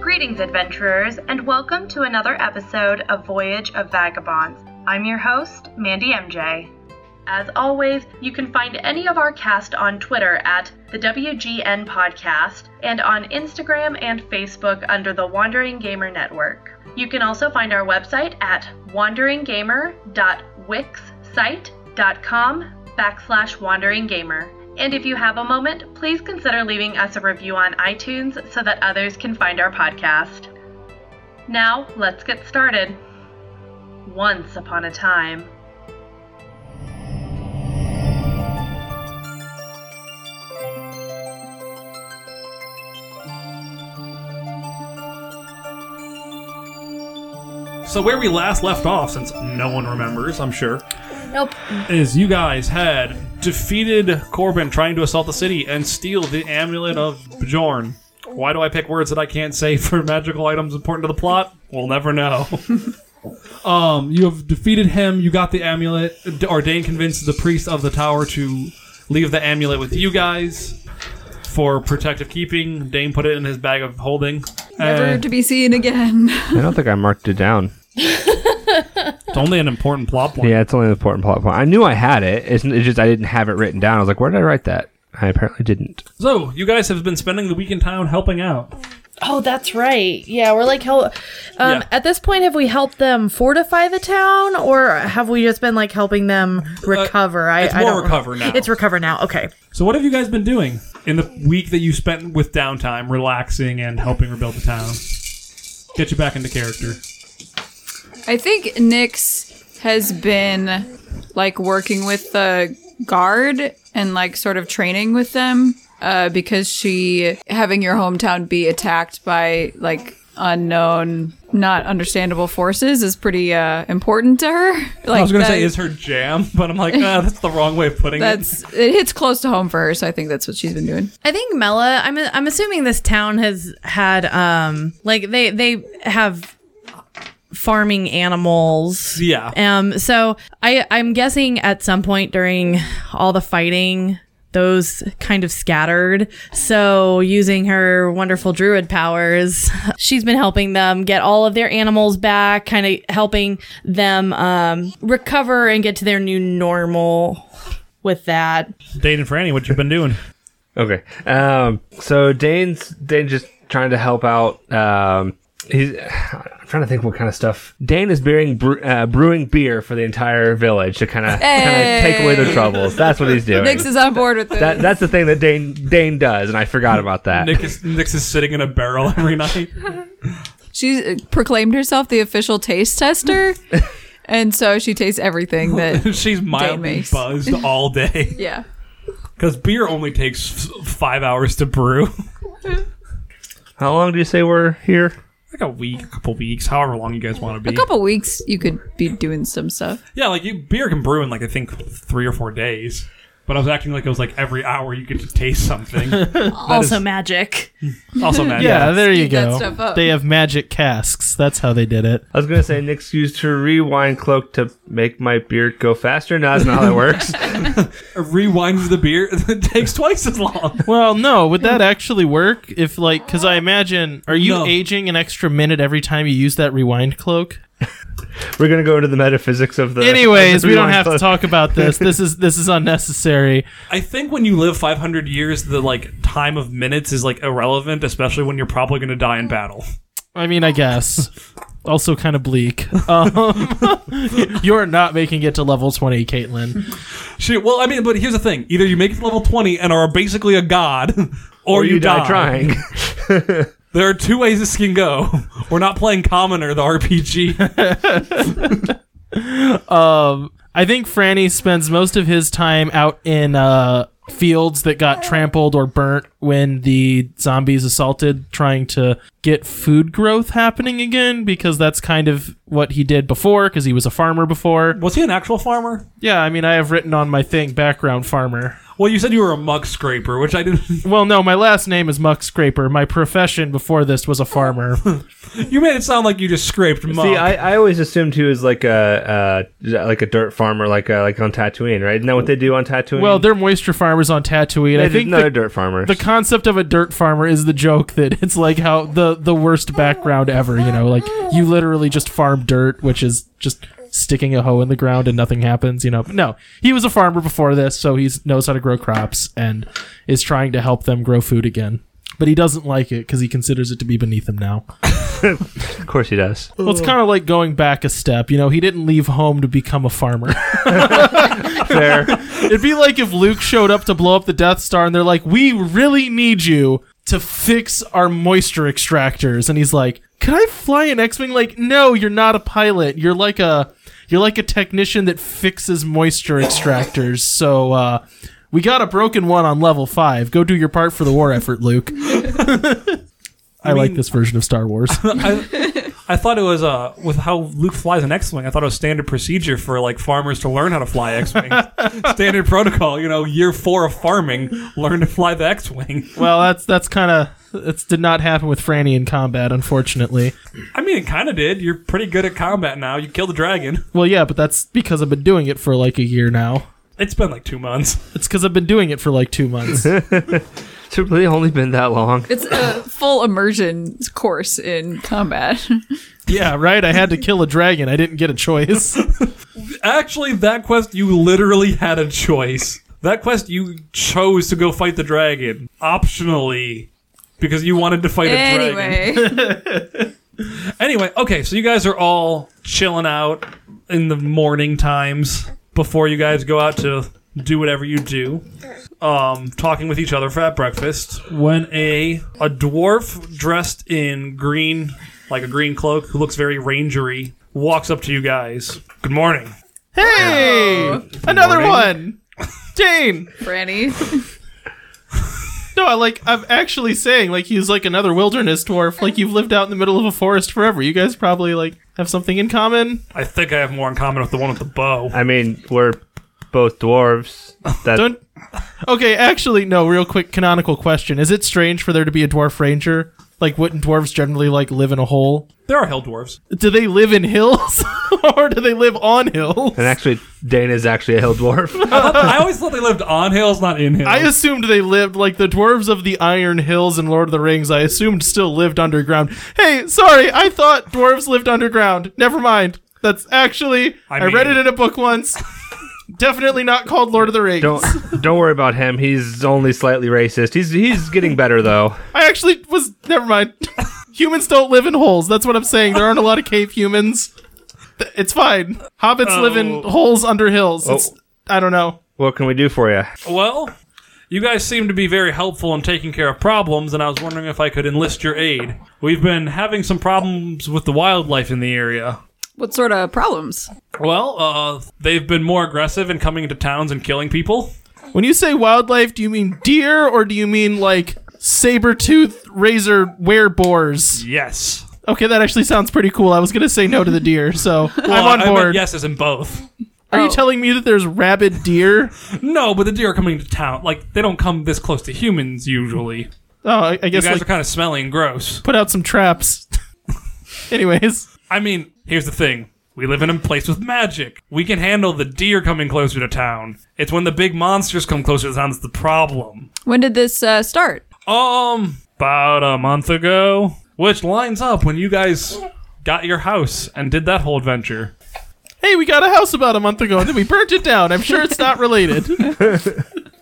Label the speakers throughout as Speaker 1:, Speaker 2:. Speaker 1: Greetings, adventurers, and welcome to another episode of Voyage of Vagabonds. I'm your host, Mandy MJ. As always, you can find any of our cast on Twitter at the WGN Podcast and on Instagram and Facebook under the Wandering Gamer Network. You can also find our website at wanderinggamer.wixsite.com backslash wanderinggamer. And if you have a moment, please consider leaving us a review on iTunes so that others can find our podcast. Now, let's get started. Once upon a time.
Speaker 2: So where we last left off, since no one remembers, I'm sure,
Speaker 3: Nope.
Speaker 2: is you guys had defeated Corbin trying to assault the city and steal the amulet of Bjorn. Why do I pick words that I can't say for magical items important to the plot? We'll never know. um, you have defeated him. You got the amulet. Ordain convinces the priest of the tower to leave the amulet with you guys for protective keeping. Dane put it in his bag of holding.
Speaker 3: Never
Speaker 2: And
Speaker 3: to be seen again.
Speaker 4: I don't think I marked it down.
Speaker 2: it's only an important plot point.
Speaker 4: Yeah, it's only an important plot point. I knew I had it. It's, it's just I didn't have it written down. I was like, where did I write that? I apparently didn't.
Speaker 2: So, you guys have been spending the week in town helping out.
Speaker 5: Oh, that's right. Yeah, we're like help. Um,
Speaker 2: Yeah.
Speaker 5: At this point, have we helped them fortify the town, or have we just been like helping them recover? I,
Speaker 2: Uh, it's
Speaker 5: I
Speaker 2: more
Speaker 5: don't-
Speaker 2: recover now.
Speaker 5: It's recover now. Okay.
Speaker 2: So, what have you guys been doing in the week that you spent with downtime, relaxing and helping rebuild the town? Get you back into character.
Speaker 3: I think Nyx has been like working with the guard and like sort of training with them uh, because she having your hometown be attacked by like unknown, not understandable forces is pretty uh, important to her. Like
Speaker 2: I was going to
Speaker 3: that-
Speaker 2: say is her jam, but I'm like, ah, that's the wrong way of putting it.
Speaker 3: that's it hits close to home for her, so I think that's what she's been doing.
Speaker 5: I think Mela. I'm I'm assuming this town has had um like they they have farming animals.
Speaker 2: Yeah.
Speaker 5: Um. So I I'm guessing at some point during all the fighting. Those kind of scattered. So, using her wonderful druid powers, she's been helping them get all of their animals back, kind of helping them um, recover and get to their new normal with that.
Speaker 2: Dane and Franny, what you been doing?
Speaker 4: Okay. Um. So Dane's Dane just trying to help out. Um. He's. I'm trying to think what kind of stuff. Dane is brewing bre- uh, brewing beer for the entire village to kind of kind of take away their troubles. That's what he's doing.
Speaker 3: Nyx is on board with it.
Speaker 4: that, that's the thing that Dane Dane does, and I forgot about that.
Speaker 2: Nick is, Nick's is sitting in a barrel every night.
Speaker 3: She uh, proclaimed herself the official taste tester, and so she tastes everything that.
Speaker 2: She's mildly
Speaker 3: makes-
Speaker 2: buzzed all day
Speaker 3: Yeah.
Speaker 2: because beer only takes f- five hours to brew.
Speaker 4: How long do you say we're here?
Speaker 2: like a week, a couple weeks, however long you guys want to be.
Speaker 3: A couple weeks, you could be doing some stuff.
Speaker 2: Yeah, like you beer can brew in like I think three or four days. But I was acting like it was like every hour you get to taste something.
Speaker 5: also, magic.
Speaker 2: also magic.
Speaker 6: Yeah, there you
Speaker 3: Speed that
Speaker 6: go.
Speaker 3: stuff up.
Speaker 6: They have magic casks. That's how they did it.
Speaker 4: I was gonna say Nick's used her rewind cloak to make my beard go faster. No, that's not how that works.
Speaker 2: Rewinds the beer. It takes twice as long.
Speaker 6: Well, no, would that actually work? If like, because I imagine, are you
Speaker 2: No.
Speaker 6: aging an extra minute every time you use that rewind cloak?
Speaker 4: We're gonna go into the metaphysics of the.
Speaker 6: Anyways,
Speaker 4: of the
Speaker 6: we don't
Speaker 4: rewind
Speaker 6: have to
Speaker 4: cloak.
Speaker 6: talk about this. This is this is unnecessary.
Speaker 2: I think when you live 500 years, the like time of minutes is like irrelevant, especially when you're probably going to die in battle.
Speaker 6: I mean, I guess. Also, kind of bleak. Um, you're not making it to level twenty, Caitlin.
Speaker 2: She, well, I mean, but here's the thing: either you make it to level 20 and are basically a god, or,
Speaker 4: Or you, die, trying.
Speaker 2: There are two ways this can go. We're not playing Commoner, the RPG.
Speaker 6: Um, I think Franny spends most of his time out in uh, fields that got trampled or burnt when the zombies assaulted, trying to get food growth happening again because that's kind of what he did before because he was a farmer before.
Speaker 2: Was he an actual farmer?
Speaker 6: Yeah, I mean, I have written on my thing background farmer.
Speaker 2: Well, you said you were a muck scraper, which I didn't.
Speaker 6: Well, no, my last name is Muck Scraper. My profession before this was a farmer.
Speaker 2: You made it sound like you just scraped muck.
Speaker 4: See, I, I always assumed he was like a uh, like a dirt farmer, like uh, like on Tatooine, right? Isn't that what they do on Tatooine?
Speaker 6: well, they're moisture farmers on Tatooine.
Speaker 4: They
Speaker 6: I
Speaker 4: just-
Speaker 6: think
Speaker 4: no,
Speaker 6: the,
Speaker 4: they're dirt farmers.
Speaker 6: the concept of a dirt farmer is the joke that it's like how the the worst background ever. You know, like you literally just farm dirt, which is just sticking a hoe in the ground and nothing happens. You know, but no, he was a farmer before this, so he knows how to grow crops and is trying to help them grow food again. But he doesn't like it because he considers it to be beneath him now.
Speaker 4: of course he does.
Speaker 6: Well, it's kind of like going back a step. You know, he didn't leave home to become a farmer.
Speaker 4: Fair.
Speaker 6: It'd be like if Luke showed up to blow up the Death Star and they're like, we really need you to fix our moisture extractors. And he's like, can I fly an X-Wing? Like, no, you're not a pilot. You're like a, you're like a technician that fixes moisture extractors. So, uh, we got a broken one on level five. Go do your part for the war effort, Luke. I like
Speaker 2: mean-
Speaker 6: this version of Star Wars.
Speaker 2: I, I thought it was uh with how Luke flies an X-wing. I thought it was standard procedure for like farmers to learn how to fly X-wing. standard protocol, you know, year four of farming, learn to fly the X-wing.
Speaker 6: well, that's that's kind of that's did not happen with Franny in combat, unfortunately.
Speaker 2: I mean, it kind of did. You're pretty good at combat now. You killed the dragon.
Speaker 6: Well, yeah, but that's because I've been doing it for like a year now.
Speaker 2: It's been like two months.
Speaker 6: It's because I've been doing it for like two months.
Speaker 4: It's really only been that long.
Speaker 3: It's a full immersion course in combat.
Speaker 6: yeah, right. I had to kill a dragon. I didn't get a choice.
Speaker 2: Actually, that quest you literally had a choice. That quest you chose to go fight the dragon optionally because you wanted to fight a dragon.
Speaker 3: anyway,
Speaker 2: Anyway, okay, so you guys are all chilling out in the morning times before you guys go out to do whatever you do. Um, talking with each other for at breakfast when a a dwarf dressed in green, like a green cloak, who looks very rangery, walks up to you guys. Good morning.
Speaker 6: hey, another one. Jane.
Speaker 3: Franny.
Speaker 6: No, I like. I'm actually saying like he's like another wilderness dwarf. Like you've lived out in the middle of a forest forever. You guys probably like have something in common.
Speaker 2: I think I have more in common with the one with the bow.
Speaker 4: I mean, we're both dwarves. That
Speaker 6: Don't. Okay, actually, no. Real quick, canonical question: Is it strange for there to be a dwarf ranger? Like, wouldn't dwarves generally like live in a hole?
Speaker 2: There are hell dwarves.
Speaker 6: Do they live in hills, or do they live on hills?
Speaker 4: and actually, Dane is actually a hill dwarf.
Speaker 2: I, thought- I always thought they lived on hills, not in hills.
Speaker 6: I assumed they lived like the dwarves of the Iron Hills in Lord of the Rings. I assumed still lived underground. Hey, sorry, I thought dwarves lived underground. Never mind. That's actually I,
Speaker 2: I mean-
Speaker 6: read it in a book once. Definitely not called Lord of the Rings.
Speaker 4: don't don't worry about him. He's only slightly racist. He's he's getting better though.
Speaker 6: I actually was. Never mind. humans don't live in holes. That's what I'm saying. There aren't a lot of cave humans. Th- It's fine. Hobbits live in
Speaker 2: Oh.
Speaker 6: holes under hills. It's,
Speaker 4: Oh.
Speaker 6: I don't know.
Speaker 4: What can we do for you?
Speaker 2: Well, you guys seem to be very helpful in taking care of problems, and I was wondering if I could enlist your aid. We've been having some problems with the wildlife in the area.
Speaker 3: What sort of problems?
Speaker 2: Well, uh, they've been more aggressive in coming into towns and killing people.
Speaker 6: When you say wildlife, do you mean deer or do you mean like saber tooth razor boars?
Speaker 2: Yes.
Speaker 6: Okay, that actually sounds pretty cool. I was gonna say no to the deer, so I'm
Speaker 2: Well,
Speaker 6: on
Speaker 2: I meant
Speaker 6: board.
Speaker 2: yes, as in both.
Speaker 6: Are you
Speaker 3: Oh.
Speaker 6: telling me that there's rabid deer?
Speaker 2: No, but the deer are coming to town. Like, they don't come this close to humans usually.
Speaker 6: Oh, I, I
Speaker 2: You
Speaker 6: guess
Speaker 2: guys
Speaker 6: like
Speaker 2: are kind of smelly and gross.
Speaker 6: put out some traps. Anyways,
Speaker 2: I mean, here's the thing. We live in a place with magic. We can handle the deer coming closer to town. It's when the big monsters come closer to town that's the problem.
Speaker 3: When did this uh, start?
Speaker 2: Um, about a month ago, which lines up when you guys got your house and did that whole adventure.
Speaker 6: hey, we got a house about a month ago and then we burnt it down. I'm sure it's not related.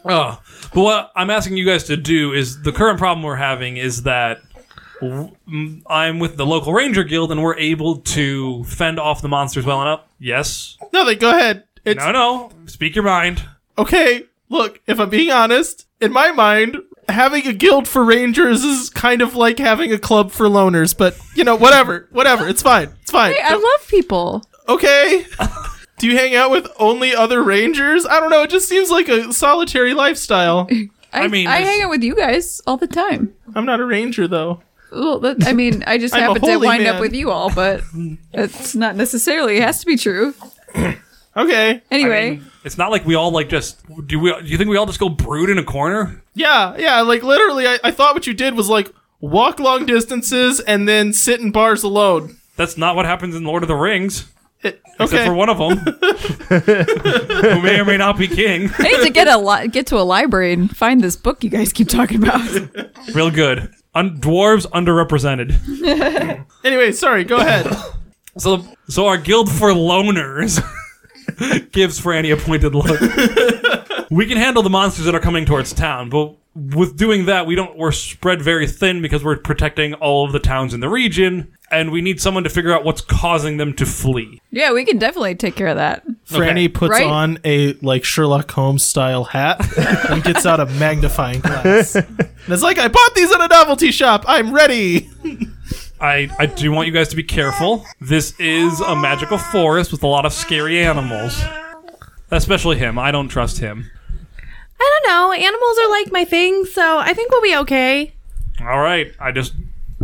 Speaker 2: Uh, but what I'm asking you guys to do is the current problem we're having is that w- m- I'm with the local ranger guild and we're able to fend off the monsters well enough. Yes.
Speaker 6: no, they go ahead. It's
Speaker 2: No, no. Speak your mind.
Speaker 6: okay, look, if I'm being honest, in my mind, having a guild for rangers is kind of like having a club for loners, but you know, whatever, whatever, it's fine, it's fine.
Speaker 3: Hey, I love people.
Speaker 6: okay. Do you hang out with only other rangers? I don't know, it just seems like a solitary lifestyle.
Speaker 3: I,
Speaker 2: mean,
Speaker 3: I
Speaker 2: this-
Speaker 3: hang out with you guys all the time.
Speaker 6: I'm not a ranger though.
Speaker 3: Well, that, I mean, I just
Speaker 6: I'm a
Speaker 3: happen to
Speaker 6: holy
Speaker 3: wind
Speaker 6: man.
Speaker 3: up with you all, but that's not necessarily has to be true.
Speaker 6: Okay.
Speaker 3: Anyway,
Speaker 2: I mean, It's not like we all like just do we do you think we all just go brood in a corner?
Speaker 6: Yeah, yeah. Like literally, I, I thought what you did was like walk long distances and then sit in bars alone.
Speaker 2: That's not what happens in Lord of the Rings.
Speaker 6: It,
Speaker 2: Except
Speaker 6: okay.
Speaker 2: for one of them, who may or may not be king.
Speaker 3: I need to get a li- get to a library and find this book you guys keep talking about.
Speaker 2: Real good. Un- dwarves underrepresented.
Speaker 6: anyway, sorry. Go ahead.
Speaker 2: So, so our guild for loners gives Franny a pointed look. we can handle the monsters that are coming towards town, but with doing that, we don't. We're spread very thin because we're protecting all of the towns in the region, and we need someone to figure out what's causing them to flee.
Speaker 3: yeah, we can definitely take care of that.
Speaker 6: Franny puts
Speaker 3: Right.
Speaker 6: on a like Sherlock Holmes style hat and gets out a magnifying glass. and it's like I bought these at a novelty shop. I'm ready.
Speaker 2: I, I do want you guys to be careful. This is a magical forest with a lot of scary animals, especially him. I don't trust him.
Speaker 5: I don't know. Animals are like my thing, so I think we'll be okay.
Speaker 2: All right, I just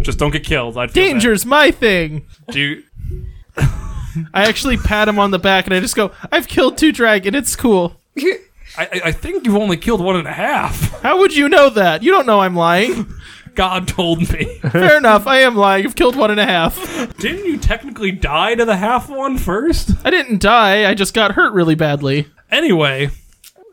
Speaker 2: just don't get killed. I feel bad.
Speaker 6: Danger's my thing.
Speaker 2: Do you,
Speaker 6: I actually pat him on the back and I just go, I've killed two dragon. It's cool.
Speaker 2: I, I- I think you've only killed one and a half.
Speaker 6: How would you know that? You don't know I'm lying.
Speaker 2: God told me.
Speaker 6: Fair enough. I am lying. I've killed one and a half.
Speaker 2: Didn't you technically die to the half one first?
Speaker 6: I didn't die. I just got hurt really badly.
Speaker 2: Anyway,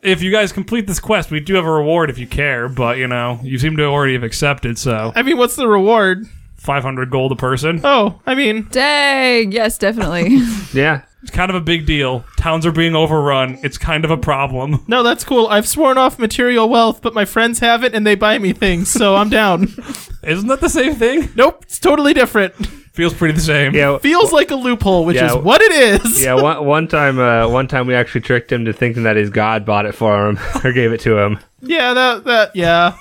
Speaker 2: if you guys complete this quest, we do have a reward if you care, but you know, you seem to already have accepted, so
Speaker 6: I mean, what's the reward?
Speaker 2: 500 gold a person.
Speaker 6: Oh, I mean,
Speaker 3: Dang, yes, definitely.
Speaker 4: Yeah.
Speaker 2: It's kind of a big deal. Towns are being overrun. It's kind of a problem.
Speaker 6: no, that's cool. I've sworn off material wealth, but my friends have it and they buy me things, so I'm down.
Speaker 2: Isn't that the same thing?
Speaker 6: nope, it's totally different.
Speaker 2: Feels pretty the same.
Speaker 4: Yeah.
Speaker 6: Feels like a loophole, which
Speaker 4: Yeah,
Speaker 6: is
Speaker 4: w-
Speaker 6: what it is.
Speaker 4: Yeah, one, one time, uh, one time we actually tricked him to thinking that his god bought it for him or gave it to him.
Speaker 6: Yeah, that that yeah.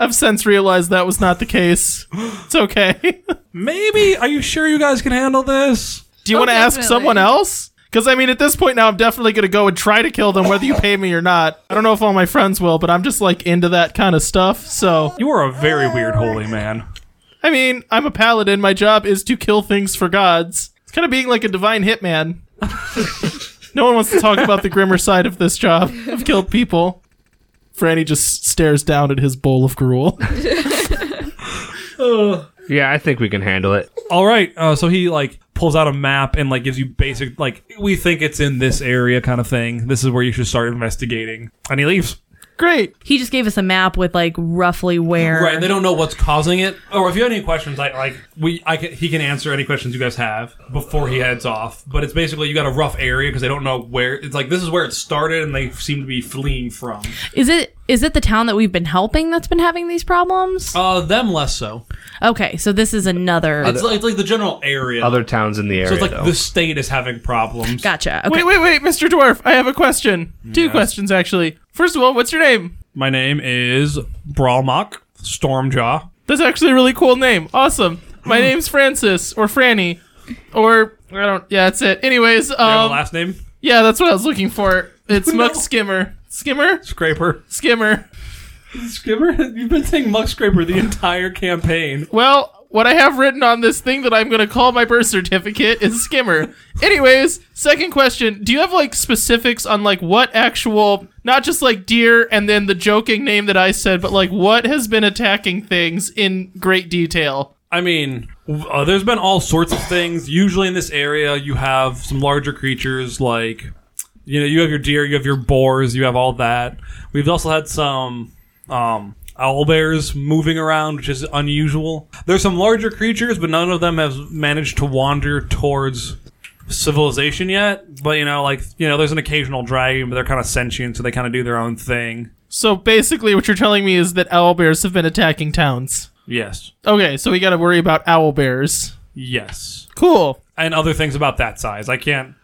Speaker 6: I've since realized that was not the case. It's okay.
Speaker 2: Maybe. Are you sure you guys can handle this?
Speaker 6: Do you
Speaker 3: Oh,
Speaker 6: want to ask
Speaker 3: definitely.
Speaker 6: someone else? Because I mean, at this point now, I'm definitely going to go and try to kill them, whether you pay me or not. I don't know if all my friends will, but I'm just like into that kind of stuff. So,
Speaker 2: You are a very weird holy man.
Speaker 6: I mean, I'm a paladin. My job is to kill things for gods. It's kind of being like a divine hitman. no one wants to talk about the grimmer side of this job. I've killed people. Franny just stares down at his bowl of gruel.
Speaker 4: Yeah, I think we can handle it.
Speaker 2: all right uh, so he like pulls out a map and like gives you basic like we think it's in this area kind of thing this is where you should start investigating and he leaves
Speaker 6: Great.
Speaker 5: He just gave us a map with like roughly where.
Speaker 2: right they don't know what's causing it or Oh, if you have any questions i like we i can he can answer any questions you guys have before he heads off but it's basically you got a rough area because they don't know where it's like this is where it started and they seem to be fleeing from
Speaker 5: Is it is it the town that we've been helping that's been having these problems?
Speaker 2: uh them less so
Speaker 5: okay, so this is another.
Speaker 2: it's like, it's like the general area
Speaker 4: Other towns in the area,
Speaker 2: so it's like
Speaker 4: though.
Speaker 2: the state is having problems
Speaker 5: gotcha. Okay.
Speaker 6: Wait, wait, wait, Mr. Dwarf. I have a question. Two questions, actually. First of all, what's your name?
Speaker 2: my name is brawlmock stormjaw
Speaker 6: That's actually a really cool name. Awesome. My
Speaker 2: Hmm.
Speaker 6: name's Francis or Franny, or I don't. Yeah, that's it. Anyways,
Speaker 2: Do you have a
Speaker 6: um,
Speaker 2: last name
Speaker 6: yeah, that's what I was looking for. It's Muck Skimmer, Skimmer,
Speaker 2: scraper
Speaker 6: Skimmer.
Speaker 2: Skimmer, you've been saying Muck Scraper the entire campaign.
Speaker 6: Well, what I have written on this thing that I'm gonna call my birth certificate is Skimmer. Anyways, second question: Do you have like specifics on like what actual, not just like deer and then the joking name that I said, but like what has been attacking things in great detail?
Speaker 2: I mean, w- uh, there's been all sorts of things. Usually in this area, you have some larger creatures like, you know, you have your deer, you have your boars, you have all that. We've also had some um, owl bears moving around, which is unusual. There's some larger creatures, but none of them have managed to wander towards civilization yet. But you know, like you know, there's an occasional dragon, but they're kind of sentient, so they kind of do their own thing.
Speaker 6: So basically, what you're telling me is that owl bears have been attacking towns.
Speaker 2: Yes.
Speaker 6: Okay, so we got to worry about owl bears.
Speaker 2: Yes.
Speaker 6: Cool.
Speaker 2: and other things about that size. I can't.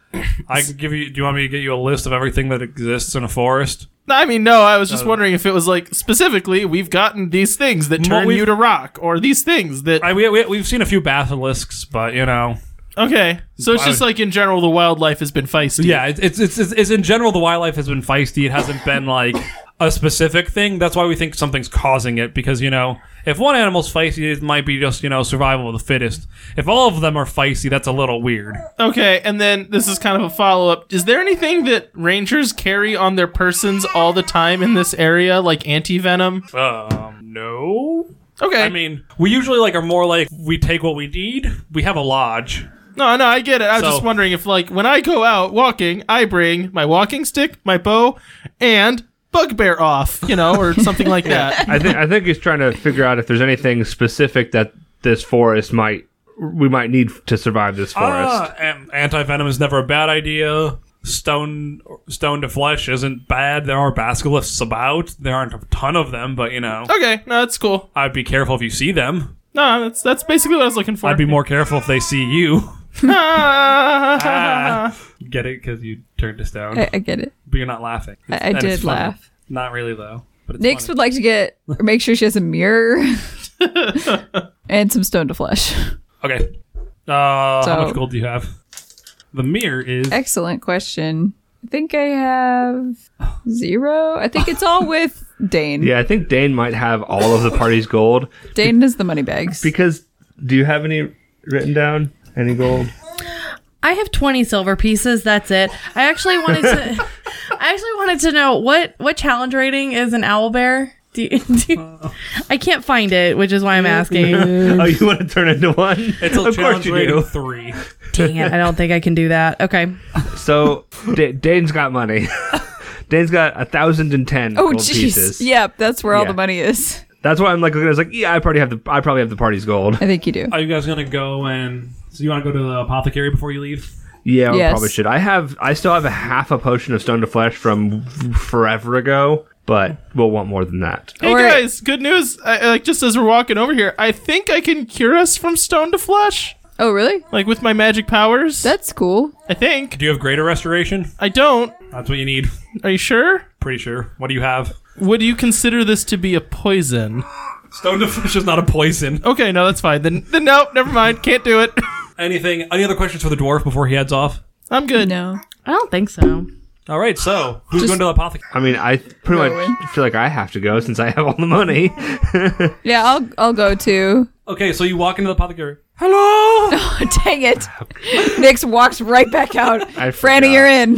Speaker 2: I can give you. Do you want me to get you a list of everything that exists in a forest?
Speaker 6: I mean, no, I was just wondering if it was like specifically we've gotten these things that turn
Speaker 2: we've-
Speaker 6: you to rock or these things that.
Speaker 2: I, we, we, we've seen a few basilisks, but you know,
Speaker 6: okay, so it's
Speaker 2: I
Speaker 6: just
Speaker 2: would-
Speaker 6: like in general the wildlife has been feisty.
Speaker 2: yeah, it's it's, it's it's it's in general the wildlife has been feisty. It hasn't been like a specific thing. That's why we think something's causing it because you know if one animal's feisty, it might be just you know survival of the fittest. If all of them are feisty, that's a little weird.
Speaker 6: Okay, and then this is kind of a follow up. Is there anything that rangers carry on their persons all the time in this area, like anti venom?
Speaker 2: Um, no.
Speaker 6: Okay,
Speaker 2: I mean, we usually like are more like we take what we need. We have a lodge.
Speaker 6: no, no, I get it. I was
Speaker 2: So-
Speaker 6: just wondering if, like, when I go out walking, I bring my walking stick, my bow, and bugbear off, you know, or something like that.
Speaker 4: I think I think he's trying to figure out if there's anything specific that this forest might we might need to survive this forest.
Speaker 2: Ah, an- anti-venom is never a bad idea. Stone stone to flesh isn't bad. There are basilisks about. There aren't a ton of them, but you know,
Speaker 6: Okay, no, that's cool.
Speaker 2: I'd be careful if you see them.
Speaker 6: No, that's that's basically what I was looking for.
Speaker 2: I'd be more careful if they see you.
Speaker 6: Ah.
Speaker 2: Ah. Get it? Because you turned us down,
Speaker 3: I, I get it.
Speaker 2: but you're not laughing.
Speaker 3: I, I
Speaker 2: And it's
Speaker 3: did
Speaker 2: funny.
Speaker 3: laugh.
Speaker 2: Not really though. But it's
Speaker 3: Nyx
Speaker 2: funny.
Speaker 3: would like to get or make sure she has a mirror and some stone to flesh.
Speaker 2: okay. Uh,
Speaker 3: So-
Speaker 2: how much gold do you have? The mirror is
Speaker 3: Excellent question. I think I have zero. I think it's all with Dane.
Speaker 4: yeah, I think Dane might have all of the party's gold
Speaker 3: Dane is the money bags.
Speaker 4: because do you have any written down? Any gold?
Speaker 5: I have 20 silver pieces. That's it. I actually wanted to. I actually wanted to know what what challenge rating is an owl bear. Do you, do you- I can't find it, which is why I'm asking. Dang
Speaker 4: Oh, you want to turn into one?
Speaker 2: it's a
Speaker 4: of course
Speaker 2: challenge
Speaker 4: you
Speaker 2: rating
Speaker 4: do.
Speaker 2: three.
Speaker 5: it! I don't think I can do that. Okay.
Speaker 4: So D- Dane's got money. Dane's got a thousand and ten
Speaker 3: oh
Speaker 4: gold
Speaker 3: jeez.
Speaker 4: pieces.
Speaker 3: Yep, that's where all
Speaker 4: Yeah.
Speaker 3: the money is.
Speaker 4: That's why I'm like looking at it, I was like, yeah, I probably have the I probably have the party's gold.
Speaker 3: I think you do.
Speaker 2: Are you guys gonna go and? So you want to go to the apothecary before you leave?
Speaker 4: Yeah, we
Speaker 3: Yes.
Speaker 4: probably should. I have I still have a half a potion of stone to flesh from forever ago, but we'll want more than that.
Speaker 6: Hey
Speaker 3: Or-
Speaker 6: guys, good news! I, like just as we're walking over here, I think I can cure us from stone to flesh,
Speaker 3: Oh really?
Speaker 6: like with my magic powers.
Speaker 3: That's cool.
Speaker 6: I think
Speaker 2: Do you have greater restoration?
Speaker 6: I don't.
Speaker 2: That's what you need.
Speaker 6: Are you sure?
Speaker 2: Pretty sure. What do you have?
Speaker 6: Would you consider this to be a poison?
Speaker 2: Stone to flesh is not a poison.
Speaker 6: Okay, no, that's fine. Then, then no, never mind. Can't do it.
Speaker 2: Anything? Any other questions for the dwarf before he heads off?
Speaker 6: I'm good.
Speaker 3: No.
Speaker 5: I don't think so.
Speaker 2: All right. So who's going to the apothecary?
Speaker 4: I mean, I pretty much feel like I have to go since I have all the money.
Speaker 3: Yeah, I'll I'll go too.
Speaker 2: Okay, so you walk into the apothecary. Hello.
Speaker 3: Dang it. Nyx walks right back out.
Speaker 4: I
Speaker 3: Franny, you're in.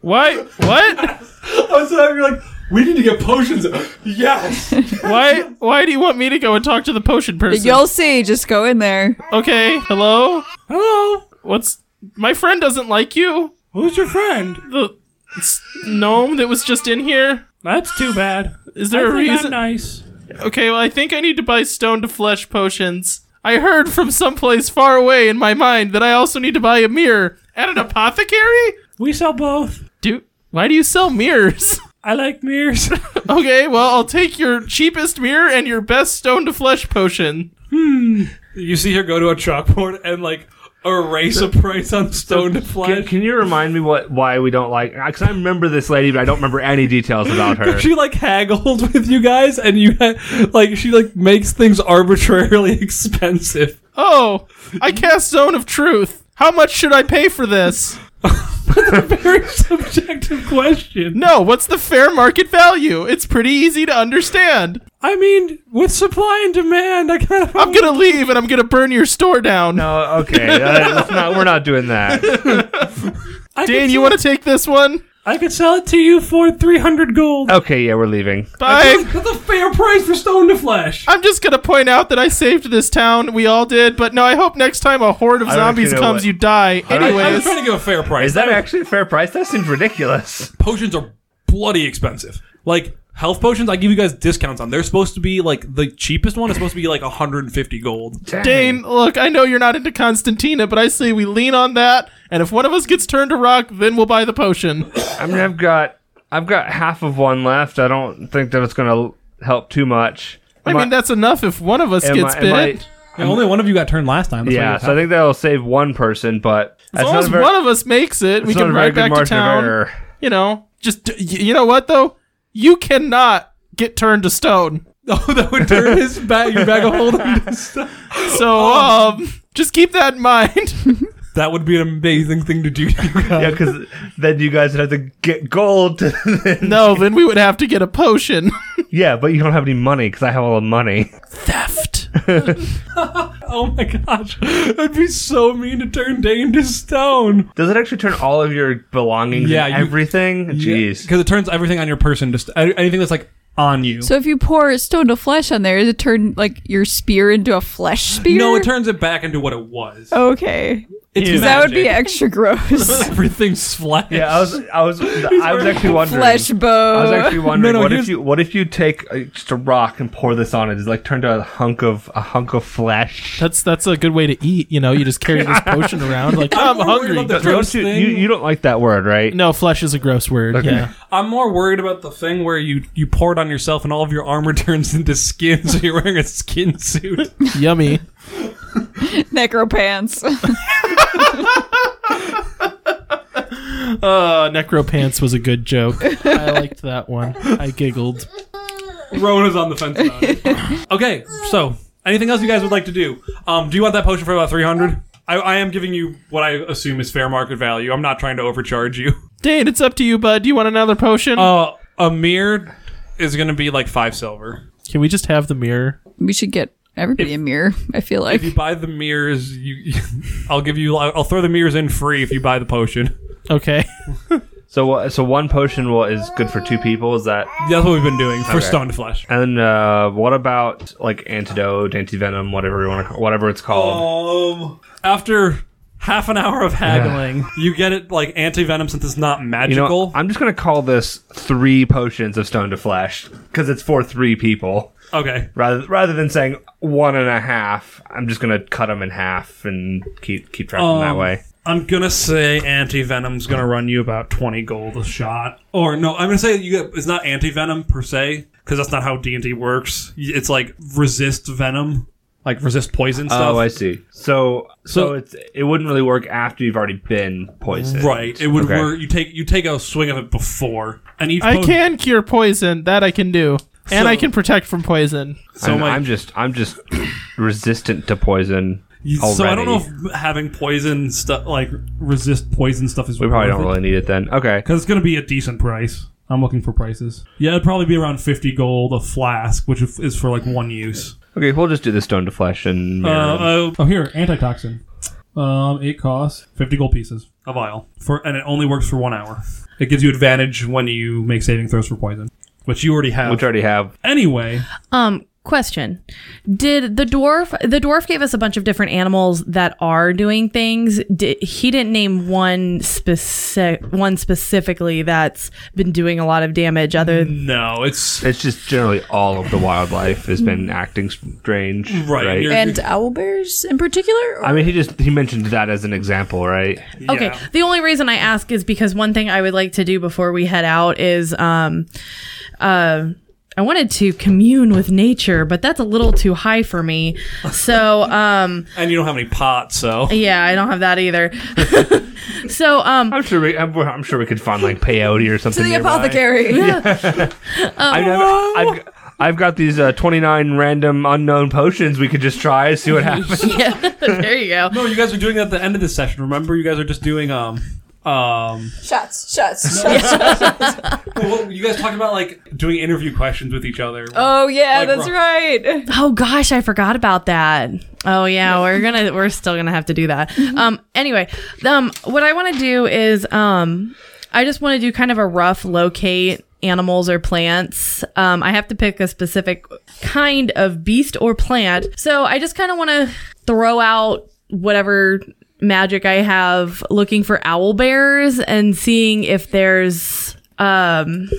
Speaker 6: Why? What?
Speaker 2: I was over here like, we need to get potions. yes.
Speaker 6: Why? Why do you want me to go and talk to the potion person?
Speaker 3: You'll see. Just go in there.
Speaker 6: okay. Hello.
Speaker 2: Hello.
Speaker 6: What's my friend doesn't like you?
Speaker 2: Who's your friend?
Speaker 6: The s- gnome that was just in here.
Speaker 2: That's too bad.
Speaker 6: Is there a reason?
Speaker 2: nice.
Speaker 6: Okay, well, I think I need to buy stone to flesh potions. I heard from someplace far away in my mind that I also need to buy a mirror at an apothecary.
Speaker 2: We sell both.
Speaker 6: Dude, why do you sell mirrors?
Speaker 2: I like mirrors.
Speaker 6: okay, well, I'll take your cheapest mirror and your best stone to flesh potion.
Speaker 2: you see her go to a chalkboard and like erase a price on stone to
Speaker 4: Can,
Speaker 2: flesh.
Speaker 4: can you remind me what why we don't like? Because I remember this lady, but I don't remember any details about her.
Speaker 2: She like haggled with you guys, and you ha- like she like makes things arbitrarily expensive.
Speaker 6: Oh, I cast Zone of Truth. How much should I pay for this?
Speaker 2: Very subjective question.
Speaker 6: No, what's the fair market value? It's pretty easy to understand.
Speaker 2: I mean, with supply and demand, I kind of.
Speaker 6: I'm gonna leave and I'm gonna burn your store down.
Speaker 4: No, okay, uh, let's not, we're not doing that.
Speaker 2: I could
Speaker 6: Dan, you
Speaker 2: sell-
Speaker 6: wanna take this one?
Speaker 2: I could sell it to you for three hundred gold.
Speaker 4: Okay, yeah, we're leaving.
Speaker 6: Bye.
Speaker 2: That's a fair price for stone to flesh.
Speaker 6: I'm just gonna point out that I saved this town. We all did, but no, I hope next time a horde of
Speaker 4: I don't
Speaker 6: zombies
Speaker 4: actually know
Speaker 6: comes,
Speaker 4: what-
Speaker 6: you die.
Speaker 4: don't-
Speaker 2: I, am
Speaker 6: Anyways,
Speaker 2: trying to give a fair price.
Speaker 4: Is that actually a fair price? That seems ridiculous.
Speaker 2: potions are bloody expensive. Like health potions, I give you guys discounts on. They're supposed to be like the cheapest one is supposed to be like 150 gold.
Speaker 4: Dang.
Speaker 6: Dane, look, I know you're not into Constantina, but I say we lean on that. And if one of us gets turned to rock, then we'll buy the potion.
Speaker 4: I mean, I've got I've got half of one left. I don't think that it's going to help too much.
Speaker 6: I
Speaker 4: Am
Speaker 6: mean, that's enough if one of us
Speaker 4: am
Speaker 6: gets
Speaker 4: I-
Speaker 6: bit.
Speaker 4: am I-
Speaker 2: only one of you got turned last time. That's
Speaker 4: yeah, so I think that'll save one person, but
Speaker 6: as long as one of us makes it, we
Speaker 4: it's not
Speaker 6: can
Speaker 4: a very
Speaker 6: ride
Speaker 4: good
Speaker 6: back to
Speaker 4: margin of
Speaker 6: town.
Speaker 4: error.
Speaker 6: You know, just y- you know what though, you cannot get turned to stone.
Speaker 2: oh, that would turn his back, your bag of holding.
Speaker 4: Oh.
Speaker 6: So um, just keep that in mind.
Speaker 2: That would be an amazing thing to do to you guys.
Speaker 4: Yeah, because then you guys would have to get gold. To
Speaker 6: No, then we would have to get a potion.
Speaker 4: yeah, but you don't have any money because I have all the money.
Speaker 6: Theft.
Speaker 2: Oh my gosh. That'd be so mean to turn Dane to stone.
Speaker 4: Does it actually turn all of your belongings
Speaker 2: Yeah,
Speaker 4: and
Speaker 2: you-
Speaker 4: everything? Jeez.
Speaker 2: Because it turns everything on your person to st- anything that's like on you.
Speaker 3: So if you pour stone to flesh on there, does it turn like your spear into a flesh spear?
Speaker 2: no, it turns it back into what it was.
Speaker 3: Oh. Okay.
Speaker 2: It's
Speaker 3: 'Cause that would be
Speaker 2: magic.
Speaker 3: extra gross.
Speaker 2: everything's flat.
Speaker 4: Yeah, I was, I was, I was
Speaker 2: wearing
Speaker 4: actually wondering.
Speaker 3: flesh bow.
Speaker 4: I was actually wondering
Speaker 2: No, no,
Speaker 4: what
Speaker 2: here's-
Speaker 4: if you what if you take uh, just a rock and pour this on it? It's like turned to a hunk of a hunk of flesh.
Speaker 6: That's that's a good way to eat. You know, you just carry this potion around. Like I'm
Speaker 2: more worried
Speaker 6: hungry.
Speaker 2: about the-
Speaker 4: Don't
Speaker 2: Gross
Speaker 4: you,
Speaker 2: thing.
Speaker 4: you you don't like that word, right?
Speaker 6: No, flesh is a gross word.
Speaker 4: Okay.
Speaker 6: Yeah.
Speaker 2: I'm more worried about the thing where you you pour it on yourself and all of your armor turns into skin, so you're wearing a skin suit.
Speaker 6: Yummy.
Speaker 3: necro pants.
Speaker 6: Uh, necro pants was a good joke. I liked that one. I giggled.
Speaker 2: Rona's on the fence about it. Okay, so anything else you guys would like to do? Um, do you want that potion for about three hundred? I, I am giving you what I assume is fair market value. I'm not trying to overcharge you.
Speaker 6: Dane, it's up to you, bud. Do you want another potion?
Speaker 2: Uh, a mirror is going to be like five silver.
Speaker 6: Can we just have the mirror?
Speaker 3: we should get everybody a mirror. I feel like
Speaker 2: If you buy the mirrors, you, I'll give you. I'll throw the mirrors in free if you buy the potion.
Speaker 6: Okay.
Speaker 4: So wha- so one potion will, is good for two people. Is that?
Speaker 2: That's what we've been doing for
Speaker 4: Okay.
Speaker 2: Stone to Flesh.
Speaker 4: And uh, what about like antidote, antivenom, whatever you want to, whatever it's called?
Speaker 2: Um, after half an hour of haggling, you get it like anti venom since it's not
Speaker 4: you know,
Speaker 2: magical.
Speaker 4: I'm just gonna call this three potions of stone to flesh because it's for three people.
Speaker 2: okay,
Speaker 4: Rather rather than saying one and a half, I'm just gonna cut them in half and keep keep track of them that
Speaker 2: Um,
Speaker 4: way.
Speaker 2: I'm gonna say anti venom's gonna run you about twenty gold a shot, or no, I'm gonna say you get, it's not anti venom per se because that's not how D and D works. Y- It's like resist venom, like resist poison stuff.
Speaker 4: Oh, I see. So, so
Speaker 2: So-
Speaker 4: it's it wouldn't really work after you've already been poisoned,
Speaker 2: Right, it would
Speaker 4: Okay.
Speaker 2: work. You take you take a swing of it before, and each
Speaker 6: I
Speaker 4: Oh.
Speaker 2: po-
Speaker 6: can cure poison. That I can do. And
Speaker 2: So-
Speaker 6: I can protect from poison.
Speaker 2: So
Speaker 4: I'm,
Speaker 2: my-
Speaker 4: I'm just I'm just resistant to poison. Already.
Speaker 2: So I don't know if having poison stuff like resist poison stuff is
Speaker 4: we probably
Speaker 2: worth
Speaker 4: don't
Speaker 2: it.
Speaker 4: really need it then. Okay,
Speaker 2: Because it's going to be a decent price. I'm looking for prices. Yeah, it'd probably be around 50 gold a flask, which is is for like one use.
Speaker 4: okay, we'll just do the stone to flesh and
Speaker 2: Uh,
Speaker 4: mirror.
Speaker 2: uh, oh, here, antitoxin. Um, it costs 50 gold pieces, a vial, for, and it only works for one hour. It gives you advantage when you make saving throws for poison, which you already have.
Speaker 4: which I already have.
Speaker 2: anyway,
Speaker 5: Um, question: Did the dwarf? The dwarf gave us a bunch of different animals that are doing things. Did, he didn't name one specific one specifically that's been doing a lot of damage. Other
Speaker 2: no, it's
Speaker 4: It's just generally all of the wildlife has been acting strange,
Speaker 2: Right,
Speaker 4: right?
Speaker 2: you're-
Speaker 3: and owl bears in particular. or-
Speaker 4: I mean, he just he mentioned that as an example, right?
Speaker 5: Okay.
Speaker 2: Yeah.
Speaker 5: The only reason I ask is because one thing I would like to do before we head out is um uh I wanted to commune with nature, but that's a little too high for me. So, um
Speaker 2: and you don't have any pots, so
Speaker 5: yeah, I don't have that either. so, um
Speaker 4: I'm sure we I'm, I'm sure we could find like peyote or something.
Speaker 3: to the
Speaker 4: nearby.
Speaker 3: apothecary.
Speaker 4: I've, never, I've, I've got these uh, 29 random unknown potions we could just try, see what happens.
Speaker 5: yeah, there you go.
Speaker 2: No, you guys are doing that at the end of this session. Remember, you guys are just doing um um
Speaker 3: Shots, shots, shots.
Speaker 2: Well, you guys talked about like doing interview questions with each other.
Speaker 3: Oh yeah,
Speaker 2: Like
Speaker 3: that's
Speaker 2: ro-
Speaker 3: right.
Speaker 5: Oh gosh, I forgot about that. Oh yeah, we're gonna we're still gonna have to do that. Um anyway, um what I wanna do is um I just wanna do kind of a rough locate animals or plants. Um I have to pick a specific kind of beast or plant. So I just kinda wanna throw out whatever magic I have looking for owl bears and seeing if there's um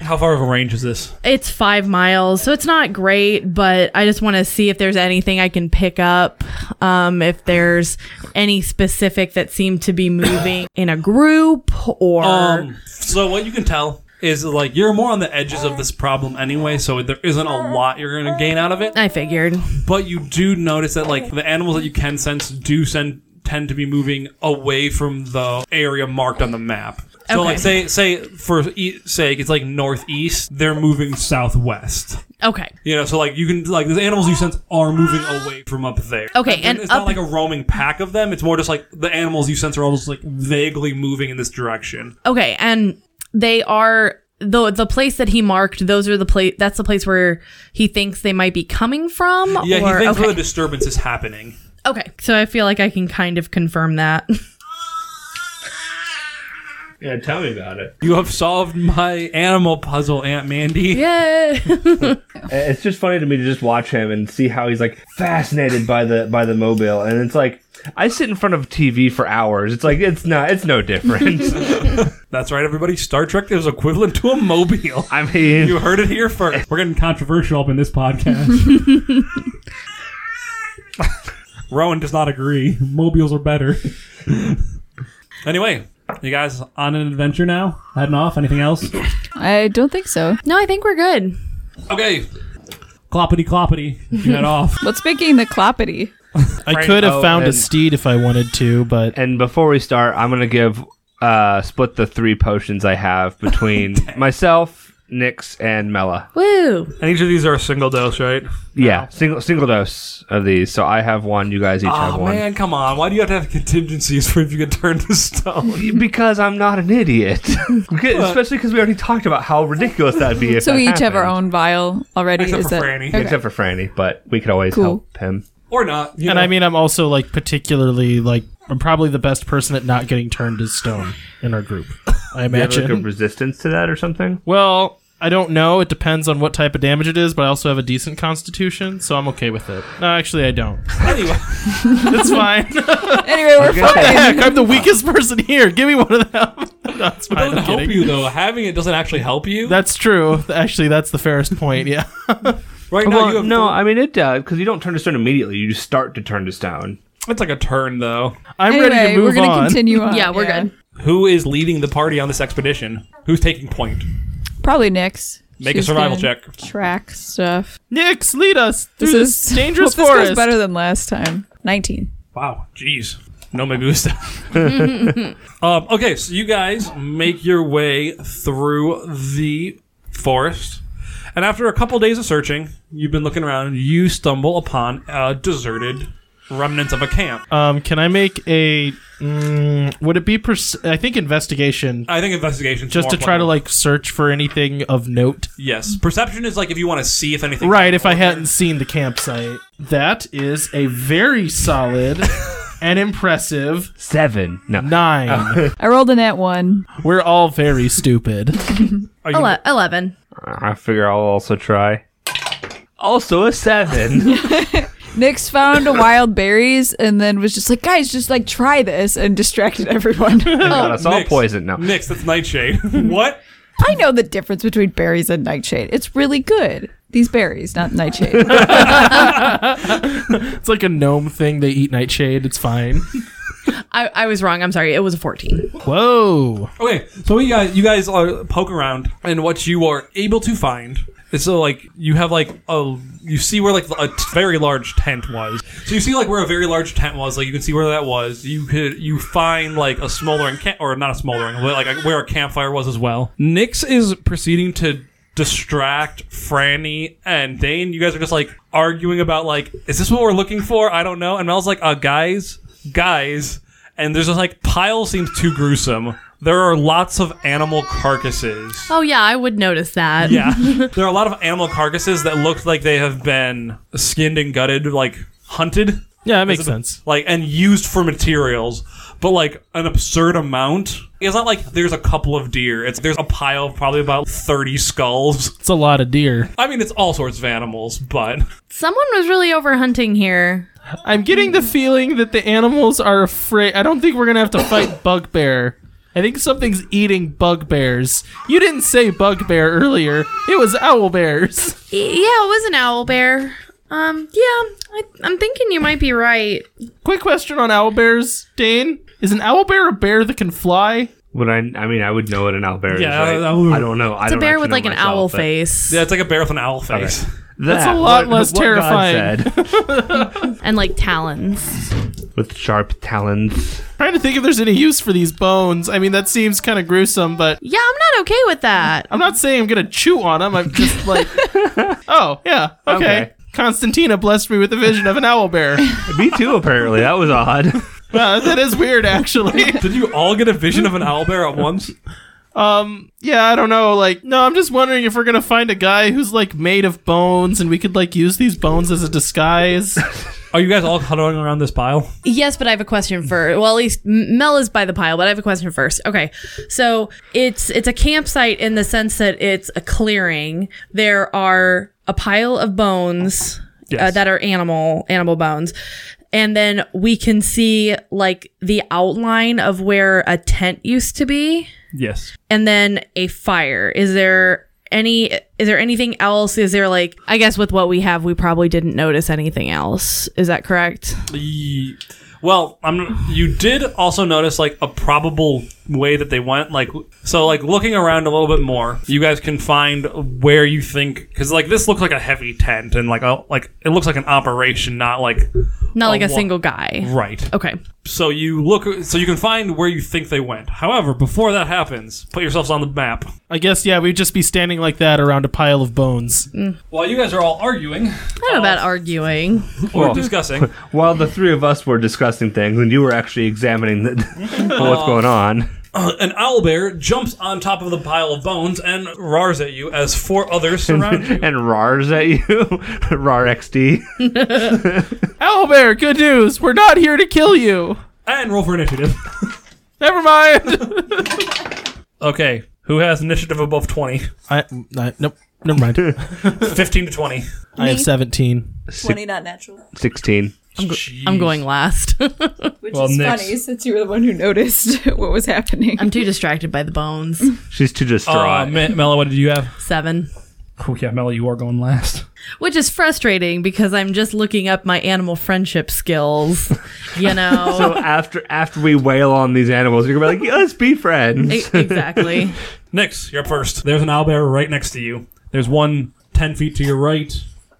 Speaker 2: How far of a range is this?
Speaker 5: it's five miles, so it's not great, but I just want to see if there's anything I can pick up. Um, if there's any specific that seem to be moving in a group or.
Speaker 2: Um, so what you can tell is like you're more on the edges of this problem anyway, so there isn't a lot you're going to gain out of it.
Speaker 5: I figured.
Speaker 2: But you do notice that like the animals that you can sense do send tend to be moving away from the area marked on the map. So
Speaker 5: Okay.
Speaker 2: like say say for e- sake, it's like northeast. They're moving southwest.
Speaker 5: Okay.
Speaker 2: You know, so like you can like the animals you sense are moving away from up there.
Speaker 5: Okay,
Speaker 2: Like,
Speaker 5: and
Speaker 2: it's
Speaker 5: up-
Speaker 2: not like a roaming pack of them. It's more just like the animals you sense are almost like vaguely moving in this direction.
Speaker 5: Okay, and they are the the place that he marked. Those are the place. That's the place where he thinks they might be coming from.
Speaker 2: Yeah,
Speaker 5: or,
Speaker 2: he thinks
Speaker 5: okay.
Speaker 2: where the disturbance is happening.
Speaker 5: okay, so I feel like I can kind of confirm that.
Speaker 4: Yeah, tell me about it.
Speaker 2: You have solved my animal puzzle, Aunt Mandy.
Speaker 5: yeah.
Speaker 4: It's just funny to me to just watch him and see how he's like fascinated by the by the mobile, and it's like I sit in front of TV for hours. It's like it's not. It's no different.
Speaker 2: That's right, everybody. Star Trek is equivalent to a mobile.
Speaker 4: I mean,
Speaker 2: You heard it here first. We're getting controversial up in this podcast. Rowan does not agree. Mobiles are better. anyway, you guys on an adventure now? Heading off? Anything else?
Speaker 3: I don't think so.
Speaker 5: No, I think we're good.
Speaker 2: Okay. Cloppity cloppity. You head off.
Speaker 3: What's making the cloppity?
Speaker 6: I
Speaker 4: Frank-
Speaker 6: could have
Speaker 4: oh,
Speaker 6: found a
Speaker 4: and-
Speaker 6: steed if I wanted to, but
Speaker 4: And before we start, I'm gonna give uh split the three potions I have between myself, Nyx, and Mela.
Speaker 5: Woo.
Speaker 2: And each of these are a single dose, right?
Speaker 4: Yeah, single single dose of these. So I have one. You guys each
Speaker 2: Oh,
Speaker 4: have one.
Speaker 2: man, come on. Why do you have to have contingencies for if you get turned to stone?
Speaker 4: Because I'm not an idiot. Okay, Especially because we already talked about how ridiculous that'd be. If
Speaker 3: So
Speaker 4: that
Speaker 3: we each have our
Speaker 4: happened.
Speaker 3: own vial already.
Speaker 2: Except
Speaker 3: Is
Speaker 2: for
Speaker 3: that
Speaker 2: Franny.
Speaker 3: okay.
Speaker 4: except for Franny. But we could always
Speaker 3: Cool.
Speaker 4: help him.
Speaker 2: Or not. you
Speaker 6: and
Speaker 2: know.
Speaker 6: I mean, I'm also like particularly like I'm probably the best person at not getting turned to stone in our group. I
Speaker 4: Do you have, like, a
Speaker 6: imagine.
Speaker 4: resistance to that or something?
Speaker 6: well, I don't know. It depends on what type of damage it is, but I also have a decent constitution, so I'm okay with it. No, actually, I don't.
Speaker 2: anyway.
Speaker 6: It's fine.
Speaker 3: Anyway, we're fine.
Speaker 6: Heck, I'm the weakest person here. Give me one of them. That's fine.
Speaker 2: It
Speaker 6: I'm
Speaker 2: doesn't help
Speaker 6: kidding.
Speaker 2: you, though. Having it doesn't actually help you.
Speaker 6: That's true. Actually, that's the fairest point. Yeah.
Speaker 2: right now, you
Speaker 4: Well,
Speaker 2: have
Speaker 4: no, I mean it does because you don't turn to stone immediately. You just start to turn to stone.
Speaker 2: It's like a turn, though.
Speaker 6: I'm ready
Speaker 3: Anyway,
Speaker 6: to
Speaker 3: we're
Speaker 6: move
Speaker 3: gonna
Speaker 6: on.
Speaker 3: continue on.
Speaker 5: Yeah, we're good.
Speaker 2: Who is leading the party on this expedition? Who's taking point?
Speaker 3: Probably Nyx.
Speaker 2: Make
Speaker 3: She's
Speaker 2: a survival
Speaker 3: gonna
Speaker 2: check.
Speaker 3: Track stuff.
Speaker 6: Nix, lead us through
Speaker 3: This
Speaker 6: this,
Speaker 3: is
Speaker 6: dangerous
Speaker 3: hope This
Speaker 6: forest.
Speaker 3: goes better than last time. Nineteen.
Speaker 2: Wow, jeez. No me gusta. um, okay, so you guys make your way through the forest. And after a couple days of searching, you've been looking around, you stumble upon a deserted remnants of a camp.
Speaker 6: Um, can I make a? Mm, would it be? Pers- I think investigation,
Speaker 2: I think investigation
Speaker 6: just to try to like search for anything of note.
Speaker 2: yes, perception is like if you want to see if anything
Speaker 6: Right. If I hadn't seen the campsite, that is a very solid and impressive
Speaker 4: Seven. No.
Speaker 6: nine.
Speaker 3: I rolled a net one.
Speaker 6: We're all very stupid.
Speaker 2: Are you-
Speaker 5: Ele- Eleven.
Speaker 4: I figure I'll also try. Also a seven.
Speaker 3: Nyx found a wild berries and then was just like, guys, just like try this and distracted everyone. Um,
Speaker 4: Got us all
Speaker 2: Nyx.
Speaker 4: poisoned. No.
Speaker 2: Nyx, that's nightshade. what?
Speaker 3: I know the difference between berries and nightshade. It's really good. These berries, not nightshade.
Speaker 6: It's like a gnome thing. They eat nightshade. It's fine.
Speaker 5: I, I was wrong. I'm sorry. It was a fourteen.
Speaker 6: Whoa.
Speaker 2: Okay, so you guys, you guys are poke around, and what you are able to find is so like you have like a you see where like a t- very large tent was. So you see like where a very large tent was. Like you can see where that was. You could you find like a smoldering camp or not a smoldering but, like a, where a campfire was as well. Nyx is proceeding to distract Franny and Dane. You guys are just like arguing about like is this what we're looking for? I don't know. And Mel's like, uh, guys, guys and there's just like pile seems too gruesome. There are lots of animal carcasses.
Speaker 5: Oh yeah, I would notice that.
Speaker 2: Yeah, there are a lot of animal carcasses that look like they have been skinned and gutted, like hunted,
Speaker 6: Yeah, that makes sense.
Speaker 2: like and used for materials, but like an absurd amount. It's not like there's a couple of deer. It's there's a pile of probably about thirty skulls.
Speaker 6: It's a lot of deer.
Speaker 2: I mean, it's all sorts of animals, but
Speaker 5: Someone was really over hunting here.
Speaker 6: I'm getting the feeling that the animals are afraid. I don't think we're gonna have to fight Bugbear. I think something's eating bugbears. You didn't say bugbear earlier. It was owl bears.
Speaker 5: Y- Yeah, it was an owl bear. Um, yeah, I, I'm thinking you might be right.
Speaker 6: Quick question on owl bears, Dane. Is an owl bear a bear that can fly?
Speaker 4: Would I? I mean, I would know what an owlbear is.
Speaker 2: Yeah,
Speaker 4: right?
Speaker 2: that would-
Speaker 4: I don't know. I
Speaker 5: It's a
Speaker 4: don't
Speaker 5: bear
Speaker 4: actually
Speaker 5: with
Speaker 4: know
Speaker 5: like an
Speaker 4: myself,
Speaker 5: owl
Speaker 4: but
Speaker 5: face
Speaker 2: yeah, it's like a bear with an owl face.
Speaker 4: That,
Speaker 6: That's a lot less
Speaker 4: God
Speaker 6: terrifying.
Speaker 4: said
Speaker 5: and like talons.
Speaker 4: with sharp talons.
Speaker 6: Trying to think if there's any use for these bones. I mean, that seems kind of gruesome, but
Speaker 5: Yeah, I'm not okay with that.
Speaker 6: I'm not saying I'm gonna chew on them. I'm just like, oh yeah, okay.
Speaker 4: Okay.
Speaker 6: Constantina blessed me with a vision of an owl bear.
Speaker 4: Me too, apparently. That was odd.
Speaker 6: Wow, that is weird, actually.
Speaker 2: Did you all get a vision of an owlbear at once?
Speaker 6: Um, yeah, I don't know. Like, no, I'm just wondering if we're gonna find a guy who's like made of bones, and we could like use these bones as a disguise.
Speaker 2: Are you guys all huddling around this pile?
Speaker 5: Yes, but I have a question for. Well, at least M- Mel is by the pile, but I have a question first. Okay, so it's it's a campsite in the sense that it's a clearing. There are a pile of bones uh,
Speaker 2: Yes.
Speaker 5: that are animal animal bones, and then we can see like the outline of where a tent used to be,
Speaker 2: Yes.
Speaker 5: and then a fire. Is there? Any is there anything else? Is there like I guess with what we have, we probably didn't notice anything else. Is that correct?
Speaker 2: Ye- Well, I'm. You did also notice like a probable way that they went. Like so, like looking around a little bit more, you guys can find where you think because like this looks like a heavy tent and like a, like it looks like an operation, not like
Speaker 5: Not like a
Speaker 2: wa-
Speaker 5: single guy.
Speaker 2: right.
Speaker 5: Okay.
Speaker 2: So you look. So you can find where you think they went. However, before that happens, put yourselves on the map.
Speaker 6: I guess yeah, we'd just be standing like that around a pile of bones.
Speaker 2: While you guys are all arguing
Speaker 5: I don't know about arguing.
Speaker 2: or discussing,
Speaker 4: While the three of us were discussing things and you were actually examining the, what's going on.
Speaker 2: an owlbear jumps on top of the pile of bones and roars at you as four others surround you.
Speaker 4: and rars at you. Rar XD.
Speaker 6: Owl bear, good news. We're not here to kill you.
Speaker 2: And roll for initiative.
Speaker 6: Never mind.
Speaker 2: Okay, who has initiative above 20?
Speaker 6: I, I nope. Never mind.
Speaker 2: 15 to 20.
Speaker 6: I have 17.
Speaker 7: 20 not natural.
Speaker 4: 16.
Speaker 5: I'm going last.
Speaker 7: Which
Speaker 2: Well,
Speaker 7: is
Speaker 2: next-
Speaker 7: funny since you
Speaker 3: were the one who noticed what was happening.
Speaker 5: I'm too distracted by the bones.
Speaker 4: She's too
Speaker 2: Uh,
Speaker 4: distraught.
Speaker 2: Me- Mella, what did you have?
Speaker 5: Seven.
Speaker 2: Oh, yeah, Mella, you are going last.
Speaker 5: Which is frustrating because I'm just looking up my animal friendship skills, you know?
Speaker 4: so after after we wail on these animals, you're gonna be like, let's be friends.
Speaker 5: E- exactly.
Speaker 2: Nix, you're up first. There's an owlbear right next to you. There's one 10 feet to your right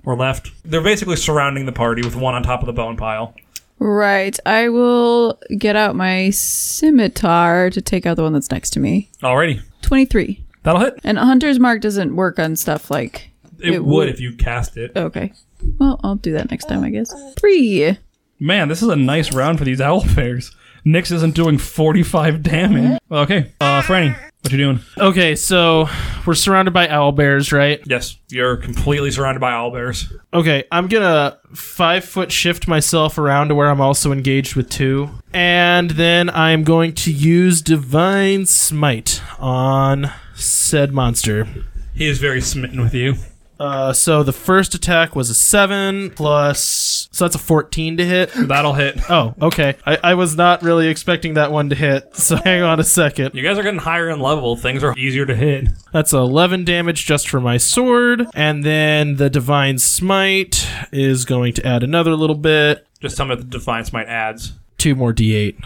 Speaker 2: or left. They're basically surrounding the party with one on top of the bone pile.
Speaker 3: Right. I will get out my scimitar to take out the one that's next to me.
Speaker 2: Alrighty.
Speaker 3: 23.
Speaker 2: That'll hit.
Speaker 3: And Hunter's Mark doesn't work on stuff like.
Speaker 2: It,
Speaker 3: It
Speaker 2: would,
Speaker 3: would.
Speaker 2: if you cast it.
Speaker 3: Okay. Well, I'll do that next time, I guess. Three.
Speaker 2: Man, this is a nice round for these owlbears. Nix isn't doing 45 damage. Okay, uh, Franny, what you doing?
Speaker 6: Okay, so we're surrounded by owl bears, right?
Speaker 2: Yes, you're completely surrounded by owlbears.
Speaker 6: Okay, I'm gonna five foot shift myself around to where I'm also engaged with two. And then I'm going to use Divine Smite on said monster.
Speaker 2: He is very smitten with you.
Speaker 6: Uh, so the first attack was a seven plus. So that's a 14 to hit.
Speaker 2: That'll hit.
Speaker 6: Oh, okay. I, I was not really expecting that one to hit, so hang on a second.
Speaker 2: You guys are getting higher in level. Things are easier to hit.
Speaker 6: That's 11 damage just for my sword. And then the Divine Smite is going to add another little bit.
Speaker 2: Just tell me what the Defiance Might adds.
Speaker 6: Two more d8.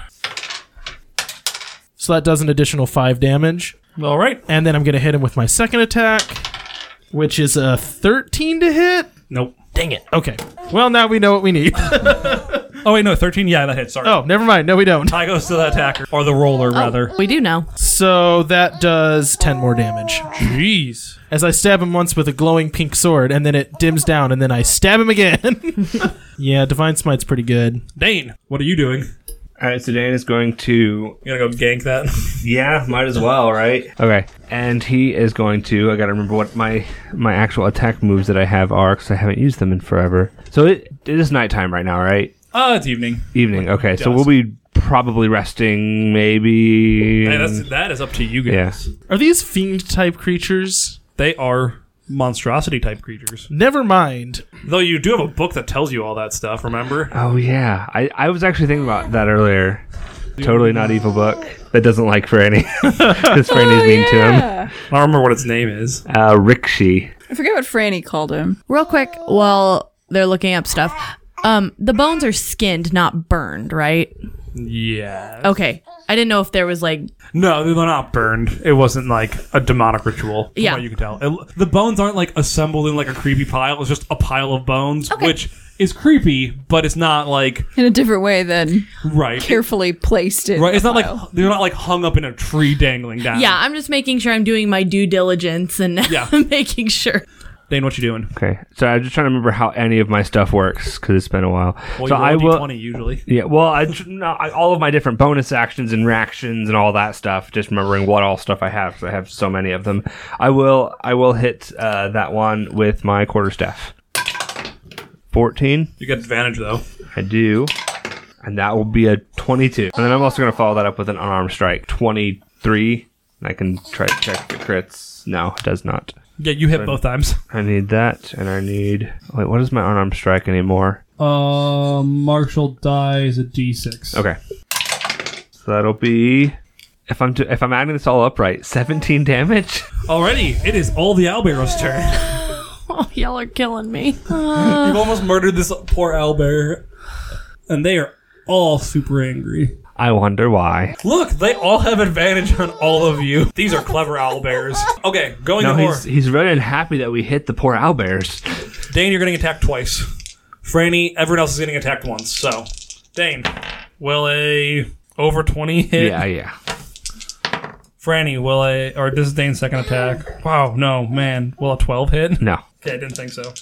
Speaker 6: So that does an additional 5 damage.
Speaker 2: All right.
Speaker 6: And then I'm going to hit him with my second attack, which is a 13 to hit.
Speaker 2: Nope.
Speaker 6: Dang it. Okay. Well, now we know what we need.
Speaker 2: Oh, wait, no, 13? Yeah, that hit. Sorry.
Speaker 6: oh, never mind. No, we don't.
Speaker 2: Tie goes to the attacker. Or the roller, rather.
Speaker 5: We do know.
Speaker 6: So that does 10 more damage.
Speaker 2: Jeez.
Speaker 6: As I stab him once with a glowing pink sword, and then it dims down, and then I stab him again. yeah, Divine Smite's pretty good.
Speaker 2: Dane, what are you doing?
Speaker 4: All right, so Dan is going to
Speaker 2: You gonna go gank that?
Speaker 4: yeah, might as well, right? Okay, and he is going to. I gotta remember what my my actual attack moves that I have are because I haven't used them in forever. So it, it is nighttime right now, right?
Speaker 2: Uh, it's evening.
Speaker 4: Evening. Okay, so we'll be probably resting, maybe.
Speaker 2: Hey, that's, that is up to you guys.
Speaker 6: Are these fiend type creatures?
Speaker 2: They are monstrosity type creatures.
Speaker 6: Never mind.
Speaker 2: Though you do have a book that tells you all that stuff, remember?
Speaker 4: Oh yeah, I, I was actually thinking about that earlier. Totally not evil book that doesn't like Franny. Because Franny's mean to him.
Speaker 2: I don't remember what its name is.
Speaker 4: Uh, Rikshi.
Speaker 3: I forget what Franny called him.
Speaker 5: Real quick, while they're looking up stuff, um, the bones are skinned, not burned, right?
Speaker 2: Yeah.
Speaker 5: Okay. I didn't know if there was like,
Speaker 2: No, they're not burned. It wasn't like a demonic ritual. from
Speaker 5: Yeah.
Speaker 2: what you can tell. It- the bones aren't like assembled in like a creepy pile. It's just a pile of bones, which is creepy, but it's not like
Speaker 3: in a different way than
Speaker 2: right.
Speaker 3: carefully placed in.
Speaker 2: Right, it's
Speaker 3: the
Speaker 2: not like
Speaker 3: file.
Speaker 2: they're not like hung up in a tree dangling down.
Speaker 5: Yeah, I'm just making sure I'm doing my due diligence and
Speaker 2: Yeah.
Speaker 5: making sure.
Speaker 2: Dane, what you doing?
Speaker 4: Okay, so I'm just trying to remember how any of my stuff works because it's been a while.
Speaker 2: Well, you
Speaker 4: so
Speaker 2: roll
Speaker 4: I
Speaker 2: a
Speaker 4: will.
Speaker 2: D20 usually.
Speaker 4: Yeah, well, I, tr- no, I, all of my different bonus actions and reactions and all that stuff. Just remembering what all stuff I have because I have so many of them. I will. I will hit uh, that one with my quarterstaff. Fourteen.
Speaker 2: You got advantage though.
Speaker 4: I do, and that will be a twenty-two. And then I'm also going to follow that up with an unarmed strike. Twenty-three. And I can try to check the crits. No, it does not.
Speaker 2: Yeah, you hit both times.
Speaker 4: I need that, and I need. Wait, what is my unarmed strike anymore?
Speaker 2: Uh, Marshall dies a D6.
Speaker 4: Okay. So that'll be if I'm do, if I'm adding this all up right, 17 damage.
Speaker 2: Already, it is all the owlbear's turn.
Speaker 5: Oh, y'all are killing me.
Speaker 2: You've almost murdered this poor owlbear, and they are all super angry.
Speaker 4: I wonder why.
Speaker 2: Look, they all have advantage on all of you. These are clever owlbears. Okay, going
Speaker 4: No,
Speaker 2: to
Speaker 4: he's
Speaker 2: horse.
Speaker 4: he's really unhappy that we hit the poor owlbears.
Speaker 2: Dane, you're getting attacked twice. Franny, everyone else is getting attacked once. So, Dane, will a over 20 hit?
Speaker 4: Yeah, yeah.
Speaker 2: Franny, will a or this is Dane's second attack? Wow, no, man, will a 12 hit?
Speaker 4: No.
Speaker 2: Okay, I didn't think so.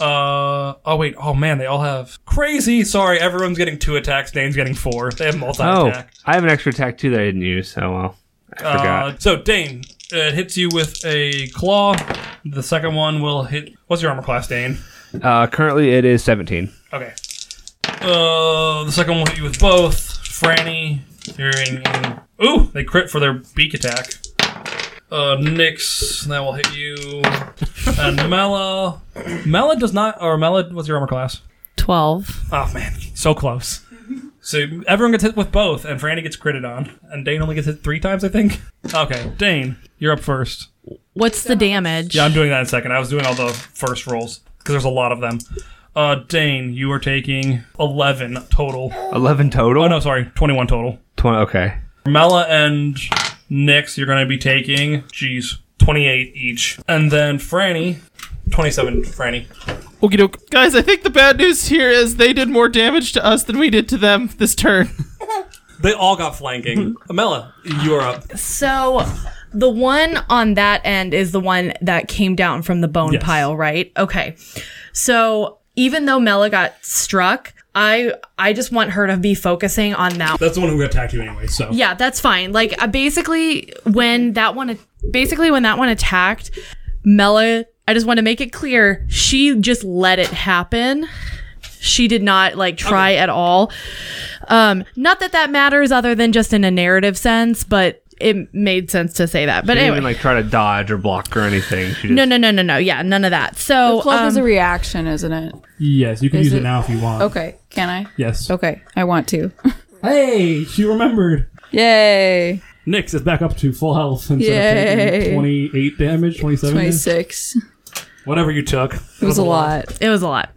Speaker 2: Uh oh wait oh man they all have crazy sorry everyone's getting two attacks Dane's getting four they have multi
Speaker 4: Oh,
Speaker 2: attack
Speaker 4: I have an extra attack too that I didn't use. So well, I forgot.
Speaker 2: Uh, so Dane, it hits you with a claw. The second one will hit. What's your armor class, Dane?
Speaker 4: Uh, currently it is 17.
Speaker 2: Okay. Uh, the second one will hit you with both. Franny, hearing. Ooh, they crit for their beak attack. Uh, Nyx, that will hit you. And Mela. Mela does not. Or Mela, what's your armor class?
Speaker 5: 12.
Speaker 2: Oh, man. So close. So everyone gets hit with both, and Franny gets critted on. And Dane only gets hit three times, I think. Okay, Dane, you're up first.
Speaker 5: What's the damage?
Speaker 2: Yeah, I'm doing that in a second. I was doing all the first rolls because there's a lot of them. Uh, Dane, you are taking 11 total.
Speaker 4: 11 total.
Speaker 2: Oh, no, sorry, 21 total.
Speaker 4: 20. Okay.
Speaker 2: Mela and Nyx, you're going to be taking, geez, 28 each. And then Franny, 27 Franny.
Speaker 6: Okie doke. Guys, I think the bad news here is they did more damage to us than we did to them this turn.
Speaker 2: They all got flanking.
Speaker 3: Mm-hmm.
Speaker 2: Mela, you're up.
Speaker 5: So the one on that end is the one that came down from the bone
Speaker 2: Yes.
Speaker 5: pile, right? Okay. So even though Mela got struck, I I just want her to be focusing on that
Speaker 2: That's the one who attacked you anyway, so.
Speaker 5: Yeah, that's fine. Like uh, basically when that one basically when that one attacked, Mela, I just want to make it clear, she just let it happen. She did not like try at all. Um not that that matters other than just in a narrative sense, but it made sense to say that. But
Speaker 4: She didn't
Speaker 5: anyway,
Speaker 4: even like try to dodge or block or anything. She just,
Speaker 5: no, no, no, no, no. Yeah, none of that. So
Speaker 3: Club is a
Speaker 5: um,
Speaker 3: reaction, isn't it?
Speaker 2: Yes, you can
Speaker 3: Is use it it- now
Speaker 2: if you want.
Speaker 3: Okay, can I?
Speaker 2: Yes.
Speaker 3: Okay, I want to.
Speaker 2: Hey, she remembered.
Speaker 3: Yay!
Speaker 2: Nyx is back up to full health instead of
Speaker 3: Yay.
Speaker 2: taking 28 damage, 27 damage.
Speaker 3: 26.
Speaker 2: Whatever you took.
Speaker 3: It was a lot.
Speaker 5: it was a lot.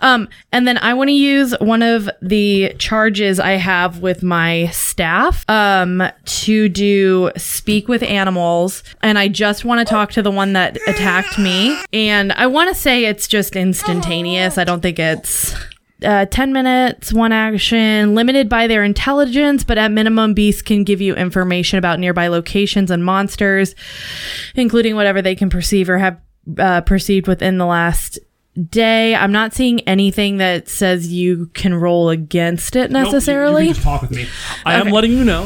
Speaker 5: Um, and then I want to use one of the charges I have with my staff um, to do speak with animals. And I just want to talk to the one that attacked me. And I want to say it's just instantaneous. I don't think it's. Uh, 10 minutes, one action, limited by their intelligence, but at minimum, beasts can give you information about nearby locations and monsters, including whatever they can perceive or have uh, perceived within the last day. I'm not seeing anything that says you can roll against it necessarily.
Speaker 2: talk with me. I am letting you know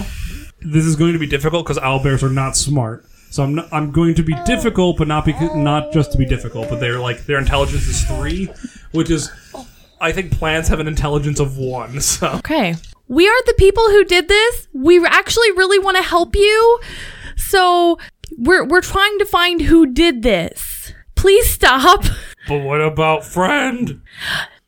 Speaker 2: this is going to be difficult because owlbears are not smart. So I'm, not, I'm going to be difficult, but not because, not just to be difficult, but they're like their intelligence is three, which is I think plants have an intelligence of one. So
Speaker 5: okay. We are the people who did this. We actually really want to help you. So we're we're trying to find who did this. Please stop.
Speaker 2: but what about friend?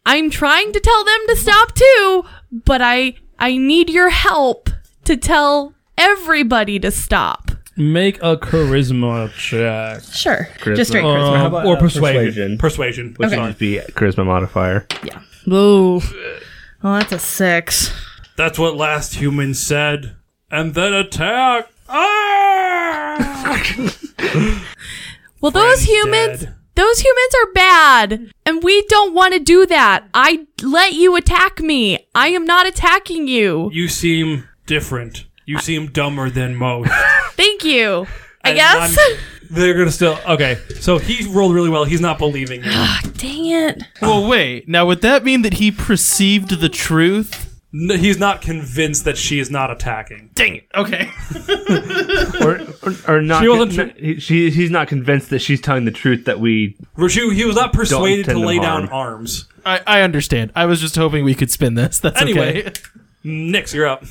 Speaker 5: I'm trying to tell them to stop too, but I I need your help to tell everybody to stop.
Speaker 2: Make a charisma check
Speaker 5: Sure. Just straight charisma.
Speaker 4: How about,
Speaker 2: Um, or
Speaker 4: uh,
Speaker 2: persuasion.
Speaker 4: persuasion?
Speaker 2: Persuasion.
Speaker 4: Which would just be charisma modifier.
Speaker 5: Yeah. Whoa. Well, Oh, that's a six.
Speaker 2: That's what last human said, and then attack. Ah!
Speaker 5: Well, those
Speaker 2: Friends
Speaker 5: humans,
Speaker 2: dead.
Speaker 5: Those humans are bad, and we don't want to do that. I let you attack me. I am not attacking you.
Speaker 2: You seem different. You seem dumber than most.
Speaker 5: Thank you. I
Speaker 2: And
Speaker 5: guess.
Speaker 2: I'm- they're gonna still okay. So he rolled really well. He's not believing you.
Speaker 3: Ah.
Speaker 5: Dang it.
Speaker 6: Well, wait. Now, would that mean that he perceived the truth?
Speaker 2: N- He's not convinced that she is not attacking.
Speaker 6: Dang it. Okay.
Speaker 4: or, or, or not.
Speaker 2: She wasn't
Speaker 4: con- she, he's not convinced that she's telling the truth that we.
Speaker 2: Rashu, he was not persuaded to
Speaker 4: intend to
Speaker 2: lay
Speaker 4: harm.
Speaker 2: down arms.
Speaker 6: I, I understand. I was just hoping we could spin this. That's
Speaker 2: Anyway.
Speaker 6: okay.
Speaker 2: Nix, you're up.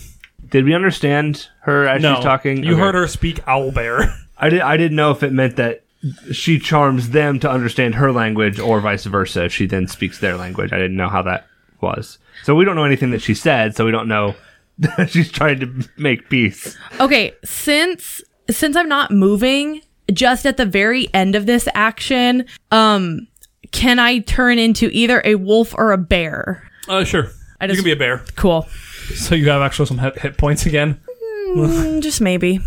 Speaker 4: Did we understand her as
Speaker 2: No,
Speaker 4: she's talking?
Speaker 2: You
Speaker 4: Okay.
Speaker 2: heard her speak owl bear.
Speaker 4: I, did, I didn't know if it meant that she charms them to understand her language or vice versa. If she then speaks their language, I didn't know how that was. So we don't know anything that she said. So we don't know. she's trying to make peace.
Speaker 5: Okay, since since I'm not moving, just at the very end of this action, um, can I turn into either a wolf or a bear?
Speaker 2: Uh, sure.
Speaker 5: I
Speaker 2: you
Speaker 5: just-
Speaker 2: can be a bear.
Speaker 5: Cool.
Speaker 2: So you have actually some hit, hit points again.
Speaker 5: Mm, Just maybe.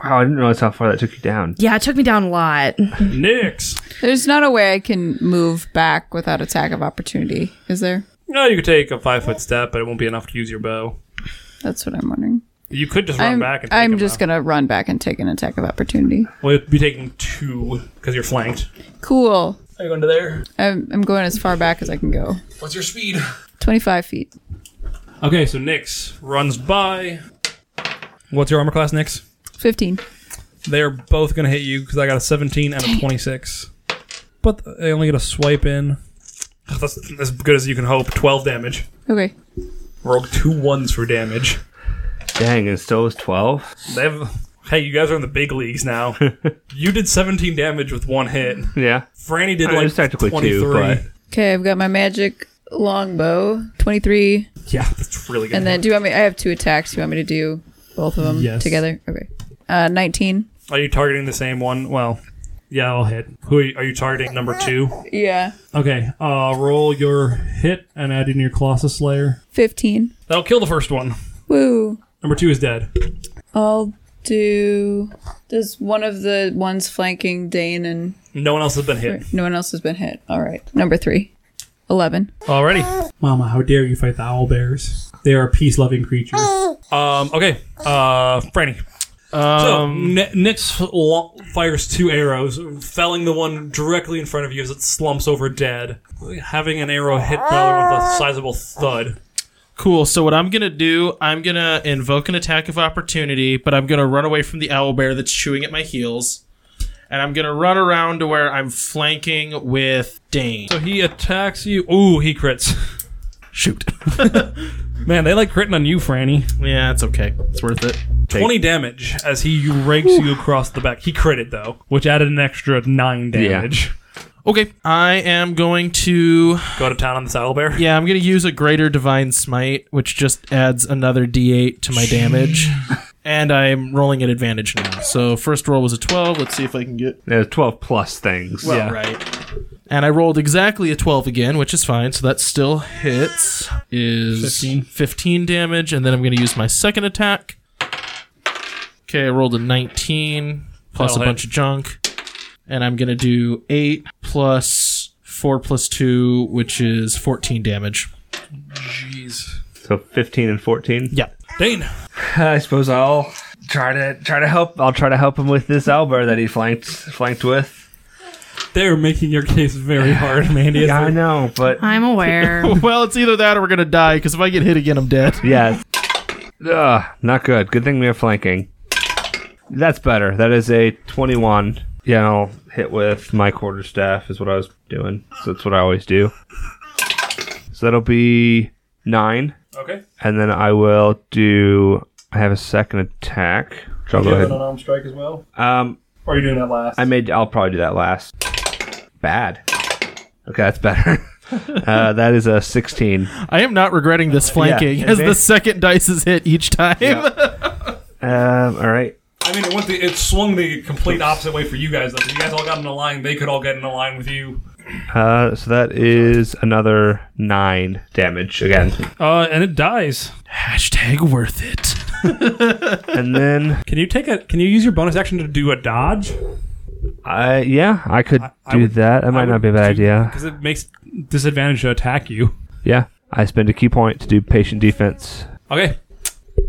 Speaker 4: Wow, I didn't realize how far that took you down.
Speaker 5: Yeah, it took me down a lot.
Speaker 2: Nix.
Speaker 3: There's not a way I can move back without attack of opportunity, is there?
Speaker 2: No, you could take a five foot step, but it won't be enough to use your bow.
Speaker 3: That's what I'm wondering.
Speaker 2: You could just run
Speaker 3: I'm,
Speaker 2: back and take
Speaker 3: I'm
Speaker 2: him
Speaker 3: just
Speaker 2: though.
Speaker 3: gonna run back and take an attack of opportunity.
Speaker 2: Well, you'd be taking two because you're flanked.
Speaker 3: Cool.
Speaker 2: Are you going to there?
Speaker 3: I'm, I'm going as far back as I can go.
Speaker 2: What's your speed?
Speaker 3: 25 feet.
Speaker 2: Okay, so Nix runs by. What's your armor class, Nix?
Speaker 3: 15.
Speaker 2: They are both going to hit you because I got a 17 and a 26. But they only get a swipe in. Ugh, That's as good as you can hope. 12 damage.
Speaker 3: Okay.
Speaker 2: Roll two ones for damage.
Speaker 4: Dang, and still was twelve.
Speaker 2: They have. Hey, you guys are in the big leagues now. you did 17 damage with one hit.
Speaker 4: Yeah,
Speaker 2: Franny did
Speaker 4: I mean,
Speaker 2: like
Speaker 4: it's technically
Speaker 2: 23.
Speaker 4: two, but-
Speaker 3: Okay, I've got my magic longbow, 23.
Speaker 2: Yeah, that's really good.
Speaker 3: And then do you want me? I have two attacks. You want me to do both of them
Speaker 2: Yes.
Speaker 3: together? Okay. Uh, 19.
Speaker 2: Are you targeting the same one? Well, yeah, I'll hit. Who are you, are you targeting? Number two.
Speaker 3: Yeah.
Speaker 2: Okay. Uh, roll your hit and add in your Colossus Slayer.
Speaker 3: 15.
Speaker 2: That'll kill the first one.
Speaker 3: Woo.
Speaker 2: Number two is dead.
Speaker 3: I'll do. Does one of the ones flanking Dane and
Speaker 2: No one else has been hit.
Speaker 3: no one else has been hit? All right. Number three. 11.
Speaker 2: Alrighty.
Speaker 7: Mama, how dare you fight the owl bears? They are peace-loving creatures.
Speaker 2: Um. Okay. Uh, Franny. So
Speaker 6: Um,
Speaker 2: Ni- Nix lo- fires two arrows, felling the one directly in front of you as it slumps over dead, having an arrow hit the other with a sizable thud.
Speaker 6: cool. So what I'm gonna do? I'm gonna invoke an attack of opportunity, but I'm gonna run away from the owl bear that's chewing at my heels, and I'm gonna run around to where I'm flanking with Dane.
Speaker 2: So he attacks you. Ooh, he crits.
Speaker 6: Shoot.
Speaker 2: Man, they like critting on you, Franny.
Speaker 6: yeah, it's okay. It's worth it.
Speaker 2: 20 damage as he rakes you across the back. He critted, though, which added an extra 9 damage.
Speaker 6: Okay, I am going to.
Speaker 2: Go to town on the saddle bear.
Speaker 6: Yeah, I'm going to use a greater divine smite, which just adds another d8 to my damage. And I'm rolling at advantage now. So first roll was a 12. Let's see if I can get
Speaker 4: there's twelve plus things.
Speaker 6: well,
Speaker 4: yeah,
Speaker 6: right. And I rolled exactly a 12 again, which is fine. So that still hits. Is 15,
Speaker 2: 15.
Speaker 6: damage. And then I'm going to use my second attack. Okay, I rolled a 19 plus
Speaker 2: That'll
Speaker 6: a
Speaker 2: hit.
Speaker 6: bunch of junk. And I'm going to do 8 plus 4 plus 2, which is 14 damage.
Speaker 2: Jeez.
Speaker 4: so fifteen and fourteen.
Speaker 6: Yeah.
Speaker 2: Dane.
Speaker 4: I suppose I'll try to try to help. I'll try to help him with this Albert that he flanked flanked with.
Speaker 2: They're making your case very hard, Mandy.
Speaker 4: Yeah, I know, but
Speaker 5: I'm aware.
Speaker 6: well, it's either that or we're gonna die. Because if I get hit again, I'm dead.
Speaker 4: yeah, Ugh, not good. Good thing we are flanking. That's better. That is a twenty-one. Yeah, I'll hit with my quarterstaff is what I was doing. So that's what I always do. So that'll be nine,
Speaker 2: Okay.
Speaker 4: and then I will do. I have a second attack. which I'll go ahead.
Speaker 2: unarmed strike as well?
Speaker 4: Um,
Speaker 2: Or are you doing that last?
Speaker 4: I made. I'll probably do that last. Bad. Okay, that's better. uh, that is a sixteen.
Speaker 6: I am not regretting this flanking,
Speaker 4: Yeah,
Speaker 6: as the
Speaker 4: advan-
Speaker 6: second dice is hit each time.
Speaker 4: Um, all right.
Speaker 2: I mean, it, went the, it swung the complete opposite way for you guys, though. If you guys all got in a line, they could all get in a line with you.
Speaker 4: Uh, so that is another nine damage again,
Speaker 2: Uh, and it dies.
Speaker 6: Hashtag worth it.
Speaker 4: and then
Speaker 2: Can you take a? Can you use your bonus action to do a dodge?
Speaker 4: I yeah, I could
Speaker 2: I
Speaker 4: do
Speaker 2: would-
Speaker 4: that. That might not be a bad idea.
Speaker 2: because it makes disadvantage to attack you.
Speaker 4: Yeah, I spend a key point to do patient defense.
Speaker 2: Okay.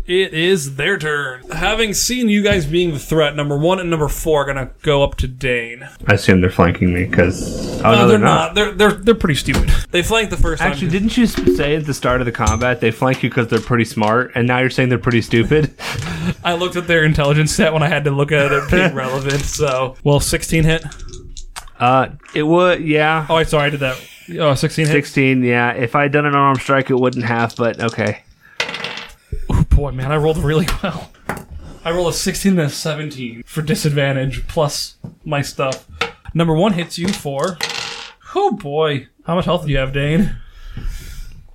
Speaker 2: It is their turn. Having seen you guys being the threat, number one and number four are gonna go up to Dane.
Speaker 4: I assume they're flanking me because oh
Speaker 2: no, they're not. They're they're they're pretty stupid. They flanked the first time.
Speaker 4: Actually, didn't you s- say at the start of the combat they flank you because they're pretty smart, and now you're saying they're pretty stupid?
Speaker 2: I looked at their intelligence stat when I had to look at it being relevant. So, well, sixteen hit.
Speaker 4: Uh, it would, yeah.
Speaker 2: Oh, wait, sorry, I did that. Oh, 16 hit.
Speaker 4: 16, yeah. If I'd done an arm strike, it wouldn't have, but okay.
Speaker 2: Oh boy, man, I rolled really well. I rolled a 16 and a 17 for disadvantage plus my stuff. Number one hits you for. Oh boy, how much health do you have, Dane?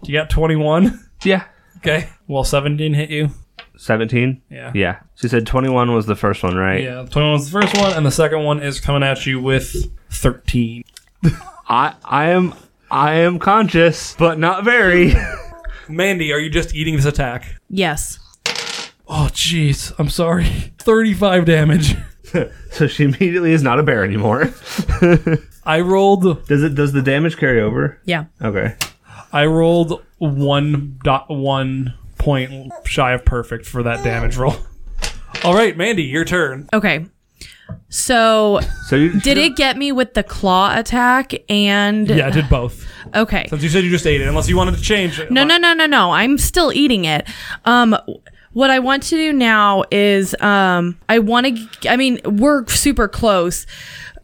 Speaker 2: You got 21.
Speaker 4: Yeah.
Speaker 2: Okay. Well, 17 hit you.
Speaker 4: 17?
Speaker 2: Yeah.
Speaker 4: Yeah. She said 21 was the first one, right?
Speaker 2: Yeah. 21 was the first one, and the second one is coming at you with 13.
Speaker 4: I, I am. I am conscious, but not very.
Speaker 2: Mandy, are you just eating this attack?
Speaker 5: Yes.
Speaker 2: Oh, jeez. I'm sorry. 35 damage.
Speaker 4: so she immediately is not a bear anymore.
Speaker 2: I rolled.
Speaker 4: does it? Does the damage carry over?
Speaker 5: Yeah.
Speaker 4: Okay.
Speaker 2: I rolled one dot one point shy of perfect for that damage roll. All right, Mandy, your turn.
Speaker 5: Okay. So
Speaker 4: So you
Speaker 5: did it get me with the claw attack and
Speaker 2: Yeah, I did both.
Speaker 5: okay.
Speaker 2: Since you said you just ate it, unless you wanted to change. it.
Speaker 5: No, no, no, no, no. I'm still eating it. Um, what I want to do now is, um, I want to. I mean, we're super close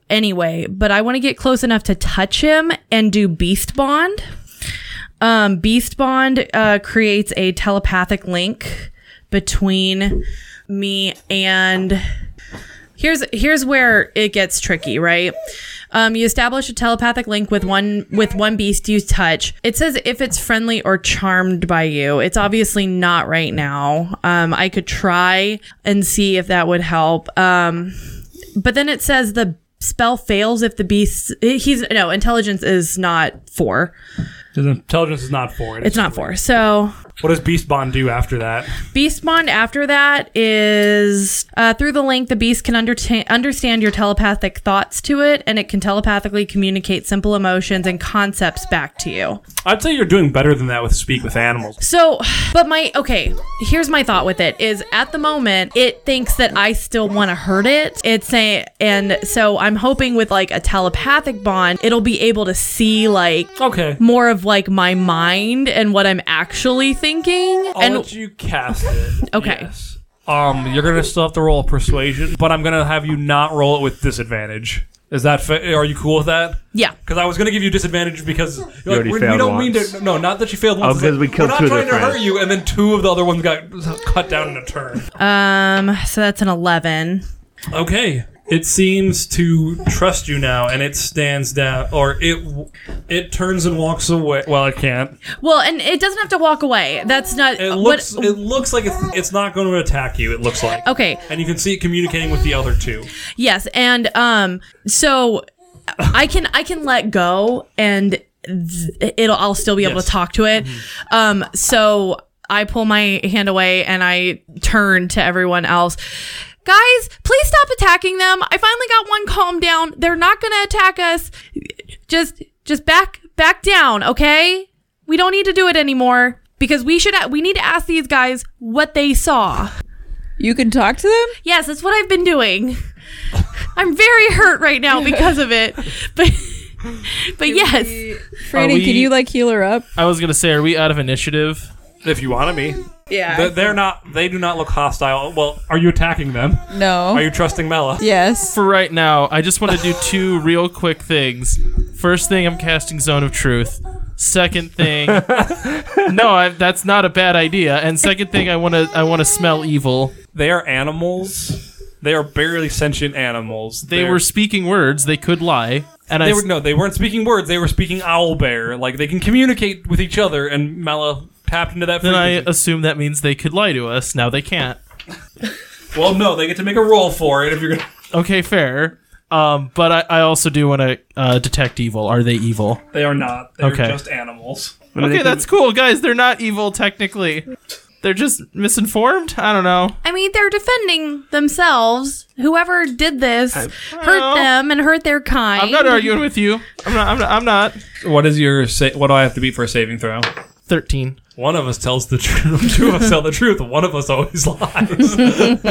Speaker 5: anyway, but I want to get close enough to touch him and do Beast Bond. Um, Beast Bond uh, creates a telepathic link between me and here's here's where it gets tricky, right? Um, you establish a telepathic link with one with one beast you touch. It says if it's friendly or charmed by you. It's obviously not right now. Um, I could try and see if that would help. Um, but then it says the spell fails if the beast he's no intelligence is not four.
Speaker 2: Intelligence is not four.
Speaker 5: It's not four. So
Speaker 2: What does Beast Bond do after that?
Speaker 5: Beast Bond after that is uh, through the link, the beast can underta- understand your telepathic thoughts to it, and it can telepathically communicate simple emotions and concepts back to you.
Speaker 2: I'd say you're doing better than that with Speak with Animals.
Speaker 5: So, but my, okay, here's my thought with it is at the moment, it thinks that I still want to hurt it. It's saying, and so I'm hoping with like a telepathic bond, it'll be able to see like
Speaker 2: Okay.
Speaker 5: more of like my mind and what I'm actually thinking.
Speaker 2: I'll
Speaker 5: and
Speaker 2: let you cast it.
Speaker 5: Okay.
Speaker 2: Yes. Um, you're gonna still have to roll persuasion, but I'm gonna have you not roll it with disadvantage. Is that fa- are you cool with that?
Speaker 5: yeah.
Speaker 2: Because I was gonna give you disadvantage because you're like,
Speaker 4: already
Speaker 2: we, we
Speaker 4: failed
Speaker 2: don't mean
Speaker 4: once.
Speaker 2: to. No, not that you failed once. It's
Speaker 4: because
Speaker 2: like,
Speaker 4: we killed
Speaker 2: We're not
Speaker 4: two of
Speaker 2: trying to
Speaker 4: their
Speaker 2: hurt
Speaker 4: friends."
Speaker 2: you, and then two of the other ones got cut down in a turn.
Speaker 5: Um, so that's an 11.
Speaker 2: Okay. It seems to trust you now, and it stands down, or it it turns and walks away. Well, it can't.
Speaker 5: Well, and it doesn't have to walk away. That's not
Speaker 2: It
Speaker 5: Uh, what-
Speaker 2: looks it looks like it's, it's not going to attack you. It looks like.
Speaker 5: okay.
Speaker 2: And you can see it communicating with the other two.
Speaker 5: Yes, and um, so I can I can let go, and th- it'll I'll still be able
Speaker 2: Yes.
Speaker 5: to talk to it. Um, so I pull my hand away and I turn to everyone else. Guys, please stop attacking them. I finally got one calmed down. They're not gonna attack us. Just just back back down, okay? We don't need to do it anymore because we should we need to ask these guys what they saw.
Speaker 3: You can talk to them?
Speaker 5: Yes, that's what I've been doing. I'm very hurt right now because of it. But but yes.
Speaker 3: Franny,
Speaker 6: we-
Speaker 3: can you like heal her up?
Speaker 6: I was gonna say, are we out of initiative?
Speaker 2: If you want to be,
Speaker 3: Yeah.
Speaker 2: they're, they're not. They do not look hostile. Well, are you attacking them?
Speaker 3: no.
Speaker 2: Are you trusting Mela?
Speaker 3: yes.
Speaker 6: For right now, I just want to do two real quick things. First thing, I'm casting Zone of Truth. Second thing, no, I, that's not a bad idea. And second thing, I want to I want to smell evil.
Speaker 2: They are animals. They are barely sentient animals.
Speaker 6: They
Speaker 2: They're-
Speaker 6: were speaking words. They could lie. And I
Speaker 2: They were no, they weren't speaking words. They were speaking owl bear. Like they can communicate with each other. And Mala tapped into that.
Speaker 6: then I
Speaker 2: frequency.
Speaker 6: assume that means they could lie to us. Now they can't.
Speaker 2: well, no, they get to make a roll for it. If you're gonna,
Speaker 6: Okay, fair. Um, but I, I also do want to uh, detect evil. Are they evil?
Speaker 2: they are not. They're
Speaker 6: Okay.
Speaker 2: just animals.
Speaker 6: Okay, that's cool, guys. They're not evil technically. they're just misinformed. I don't know.
Speaker 5: I mean, they're defending themselves. Whoever did this hurt
Speaker 6: Well,
Speaker 5: them and hurt their kind.
Speaker 6: I'm not arguing with you. I'm not. I'm not. I'm not.
Speaker 2: What is your sa- what do I have to beat for a saving throw?
Speaker 6: Thirteen.
Speaker 2: One of us tells the truth. Two of us tell the truth. and One of us always lies.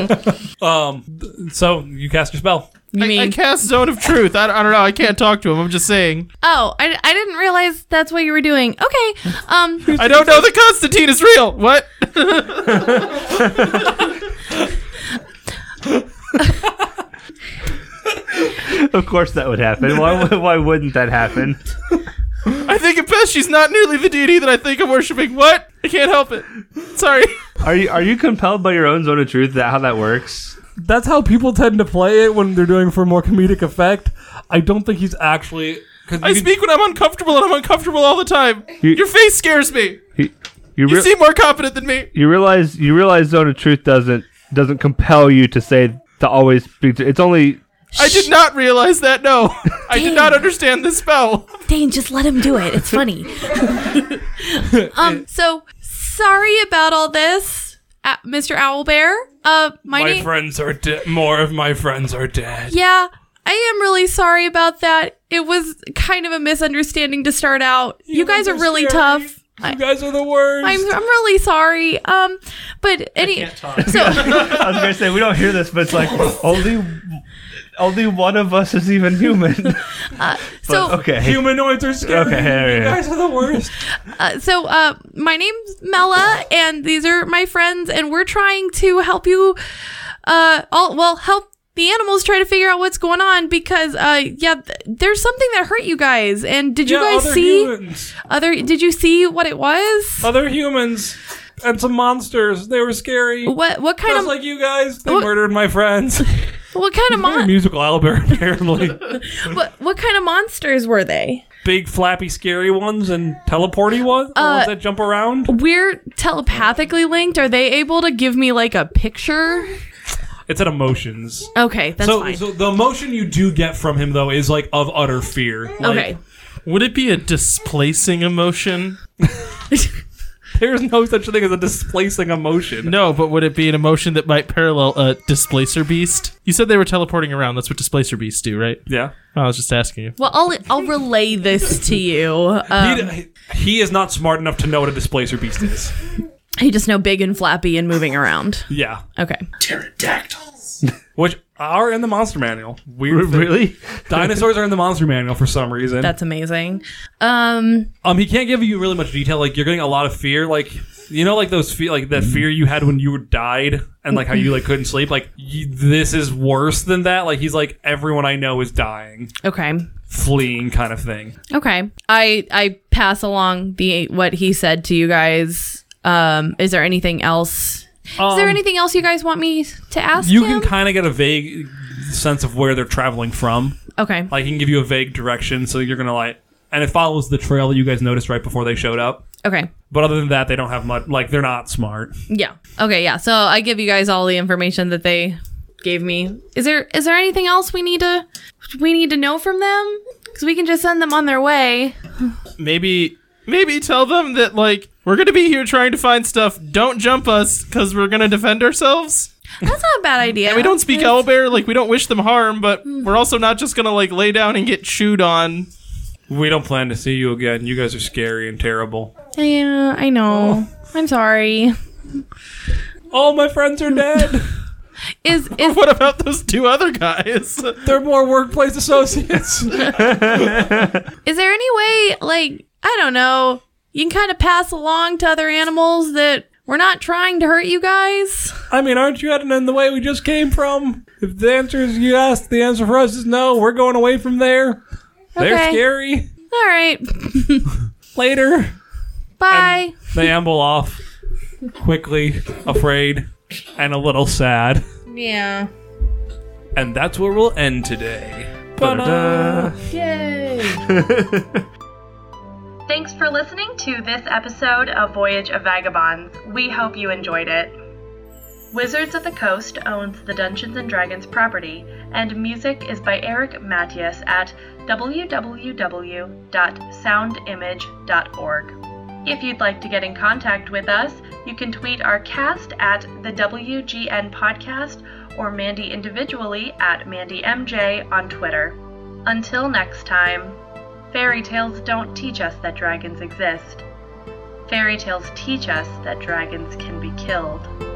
Speaker 2: um, th- so you cast your spell.
Speaker 5: You
Speaker 6: I,
Speaker 5: mean,
Speaker 6: I cast Zone of Truth. I, I don't know. I can't talk to him. I'm just saying.
Speaker 5: oh, I, I didn't realize that's what you were doing. Okay. Um,
Speaker 6: I don't know that Constantine is real. What?
Speaker 4: Of course that would happen. Why, why wouldn't that happen?
Speaker 6: I think at best she's not nearly the deity that I think I'm worshiping. What? I can't help it. Sorry.
Speaker 4: Are you are you compelled by your own zone of truth? Is that how that works?
Speaker 8: That's how people tend to play it when they're doing it for more comedic effect. I don't think he's actually. Cause
Speaker 6: I
Speaker 8: you can-
Speaker 6: speak when I'm uncomfortable, and I'm uncomfortable all the time.
Speaker 4: You-
Speaker 6: Your face scares me.
Speaker 4: You you,
Speaker 6: You
Speaker 4: rea-
Speaker 6: seem more competent than me.
Speaker 4: you realize you realize zone of truth doesn't doesn't compel you to say to always speak. To, it's only
Speaker 6: I did not realize that. No, I did
Speaker 5: Damn.
Speaker 6: not understand the spell.
Speaker 5: Dane, just let him do it. It's funny. um, so sorry about all this, uh, Mr. Owlbear. Uh, my,
Speaker 2: My
Speaker 5: name.
Speaker 2: friends are dead. More of my friends are dead.
Speaker 5: Yeah, I am really sorry about that. It was kind of a misunderstanding to start out. You, guys are really tough. I,
Speaker 2: You guys are the worst.
Speaker 5: I'm, I'm really sorry. Um, but any so
Speaker 4: I was gonna say we don't hear this, but it's like only only one of us is even human.
Speaker 5: so
Speaker 4: okay.
Speaker 2: Humanoids are scary.
Speaker 4: Okay, yeah,
Speaker 2: You
Speaker 4: yeah.
Speaker 2: guys are the worst.
Speaker 5: uh, so uh, my name's Mela, and these are my friends, and we're trying to help you. Uh, all well, help the animals try to figure out what's going on because uh, yeah, th- there's something that hurt you guys. And did
Speaker 2: Yeah,
Speaker 5: you guys
Speaker 2: other Uh,
Speaker 5: see
Speaker 2: humans.
Speaker 5: other? Did you see what it was?
Speaker 2: Other humans and some monsters. They were scary.
Speaker 5: What what kind
Speaker 2: Just
Speaker 5: of
Speaker 2: like you guys, they
Speaker 5: What-
Speaker 2: murdered my friends.
Speaker 5: what kind of mon-
Speaker 2: Musical Albert, apparently.
Speaker 5: What what kind of monsters were they?
Speaker 2: Big, flappy, scary ones and teleporty ones. the
Speaker 5: Uh,
Speaker 2: ones that jump around.
Speaker 5: We're telepathically linked. Are they able to give me like a picture?
Speaker 2: It's at emotions.
Speaker 5: Okay, that's
Speaker 2: so,
Speaker 5: fine.
Speaker 2: so the emotion you do get from him though is like of utter fear. Like,
Speaker 5: okay.
Speaker 6: Would it be a displacing emotion?
Speaker 2: There's no such thing as a displacing emotion.
Speaker 6: No, but would it be an emotion that might parallel a displacer beast? You said they were teleporting around. That's what displacer beasts do, right? Oh,
Speaker 2: Yeah.
Speaker 6: I was just asking you.
Speaker 5: Well, I'll I'll relay this to you. Um,
Speaker 2: He, d- he is not smart enough to know what a displacer beast is.
Speaker 5: you just know big and flappy and moving around.
Speaker 2: Yeah.
Speaker 5: Okay.
Speaker 2: Which are in the monster manual. Weird. thing.
Speaker 4: Really?
Speaker 2: Dinosaurs are in the monster manual for some reason.
Speaker 5: That's amazing. Um
Speaker 2: um he can't give you really much detail. Like you're getting a lot of fear. Like you know, like those fear like that fear you had when you were died and like how you like couldn't sleep. Like y this is worse than that. Like he's like everyone I know is dying,
Speaker 5: okay.
Speaker 2: fleeing kind of thing.
Speaker 5: Okay. I I pass along the what he said to you guys. Um is there anything else? is there
Speaker 2: Um,
Speaker 5: anything else you guys want me to ask
Speaker 2: You
Speaker 5: him?
Speaker 2: can kind of get a vague sense of where they're traveling from.
Speaker 5: okay.
Speaker 2: Like, he can give you a vague direction, so you're gonna like, and it follows the trail that you guys noticed right before they showed up.
Speaker 5: Okay.
Speaker 2: But other than that, they don't have much. Like, they're not smart.
Speaker 5: Yeah. Okay, yeah. So I give you guys all the information that they gave me. Is there is there anything else we need to we need to know from them? Cuz we can just send them on their way.
Speaker 6: Maybe, maybe tell them that like we're gonna be here trying to find stuff. Don't jump us because we're gonna defend ourselves.
Speaker 5: That's not a bad idea.
Speaker 6: We don't speak owlbear. Like we don't wish them harm, but we're also not just gonna like lay down and get chewed on.
Speaker 2: We don't plan to see you again. You guys are scary and terrible.
Speaker 5: Yeah, I know.
Speaker 6: Oh.
Speaker 5: I'm sorry.
Speaker 2: All my friends are dead.
Speaker 5: Is is
Speaker 6: What about those two other guys?
Speaker 2: they're more workplace associates.
Speaker 5: is there any way like I don't know, you can kind of pass along to other animals that we're not trying to hurt you guys?
Speaker 2: I mean, aren't you heading in the way we just came from? If the answer is yes, the answer for us is no. We're going away from there. They're
Speaker 5: Okay.
Speaker 2: scary.
Speaker 5: All right.
Speaker 2: Later.
Speaker 5: Bye.
Speaker 2: They amble off quickly, afraid, and a little sad.
Speaker 5: yeah.
Speaker 2: And that's where we'll end today.
Speaker 1: Thanks for listening to this episode of Voyage of Vagabonds. We hope you enjoyed it. Wizards of the Coast owns the Dungeons and Dragons property, and music is by Eric Matias at www.soundimage.org. If you'd like to get in contact with us, you can tweet our cast at the WGN Podcast or Mandy individually at MandyMJ on Twitter. Until next time, fairy tales don't teach us that dragons exist. Fairy tales teach us that dragons can be killed.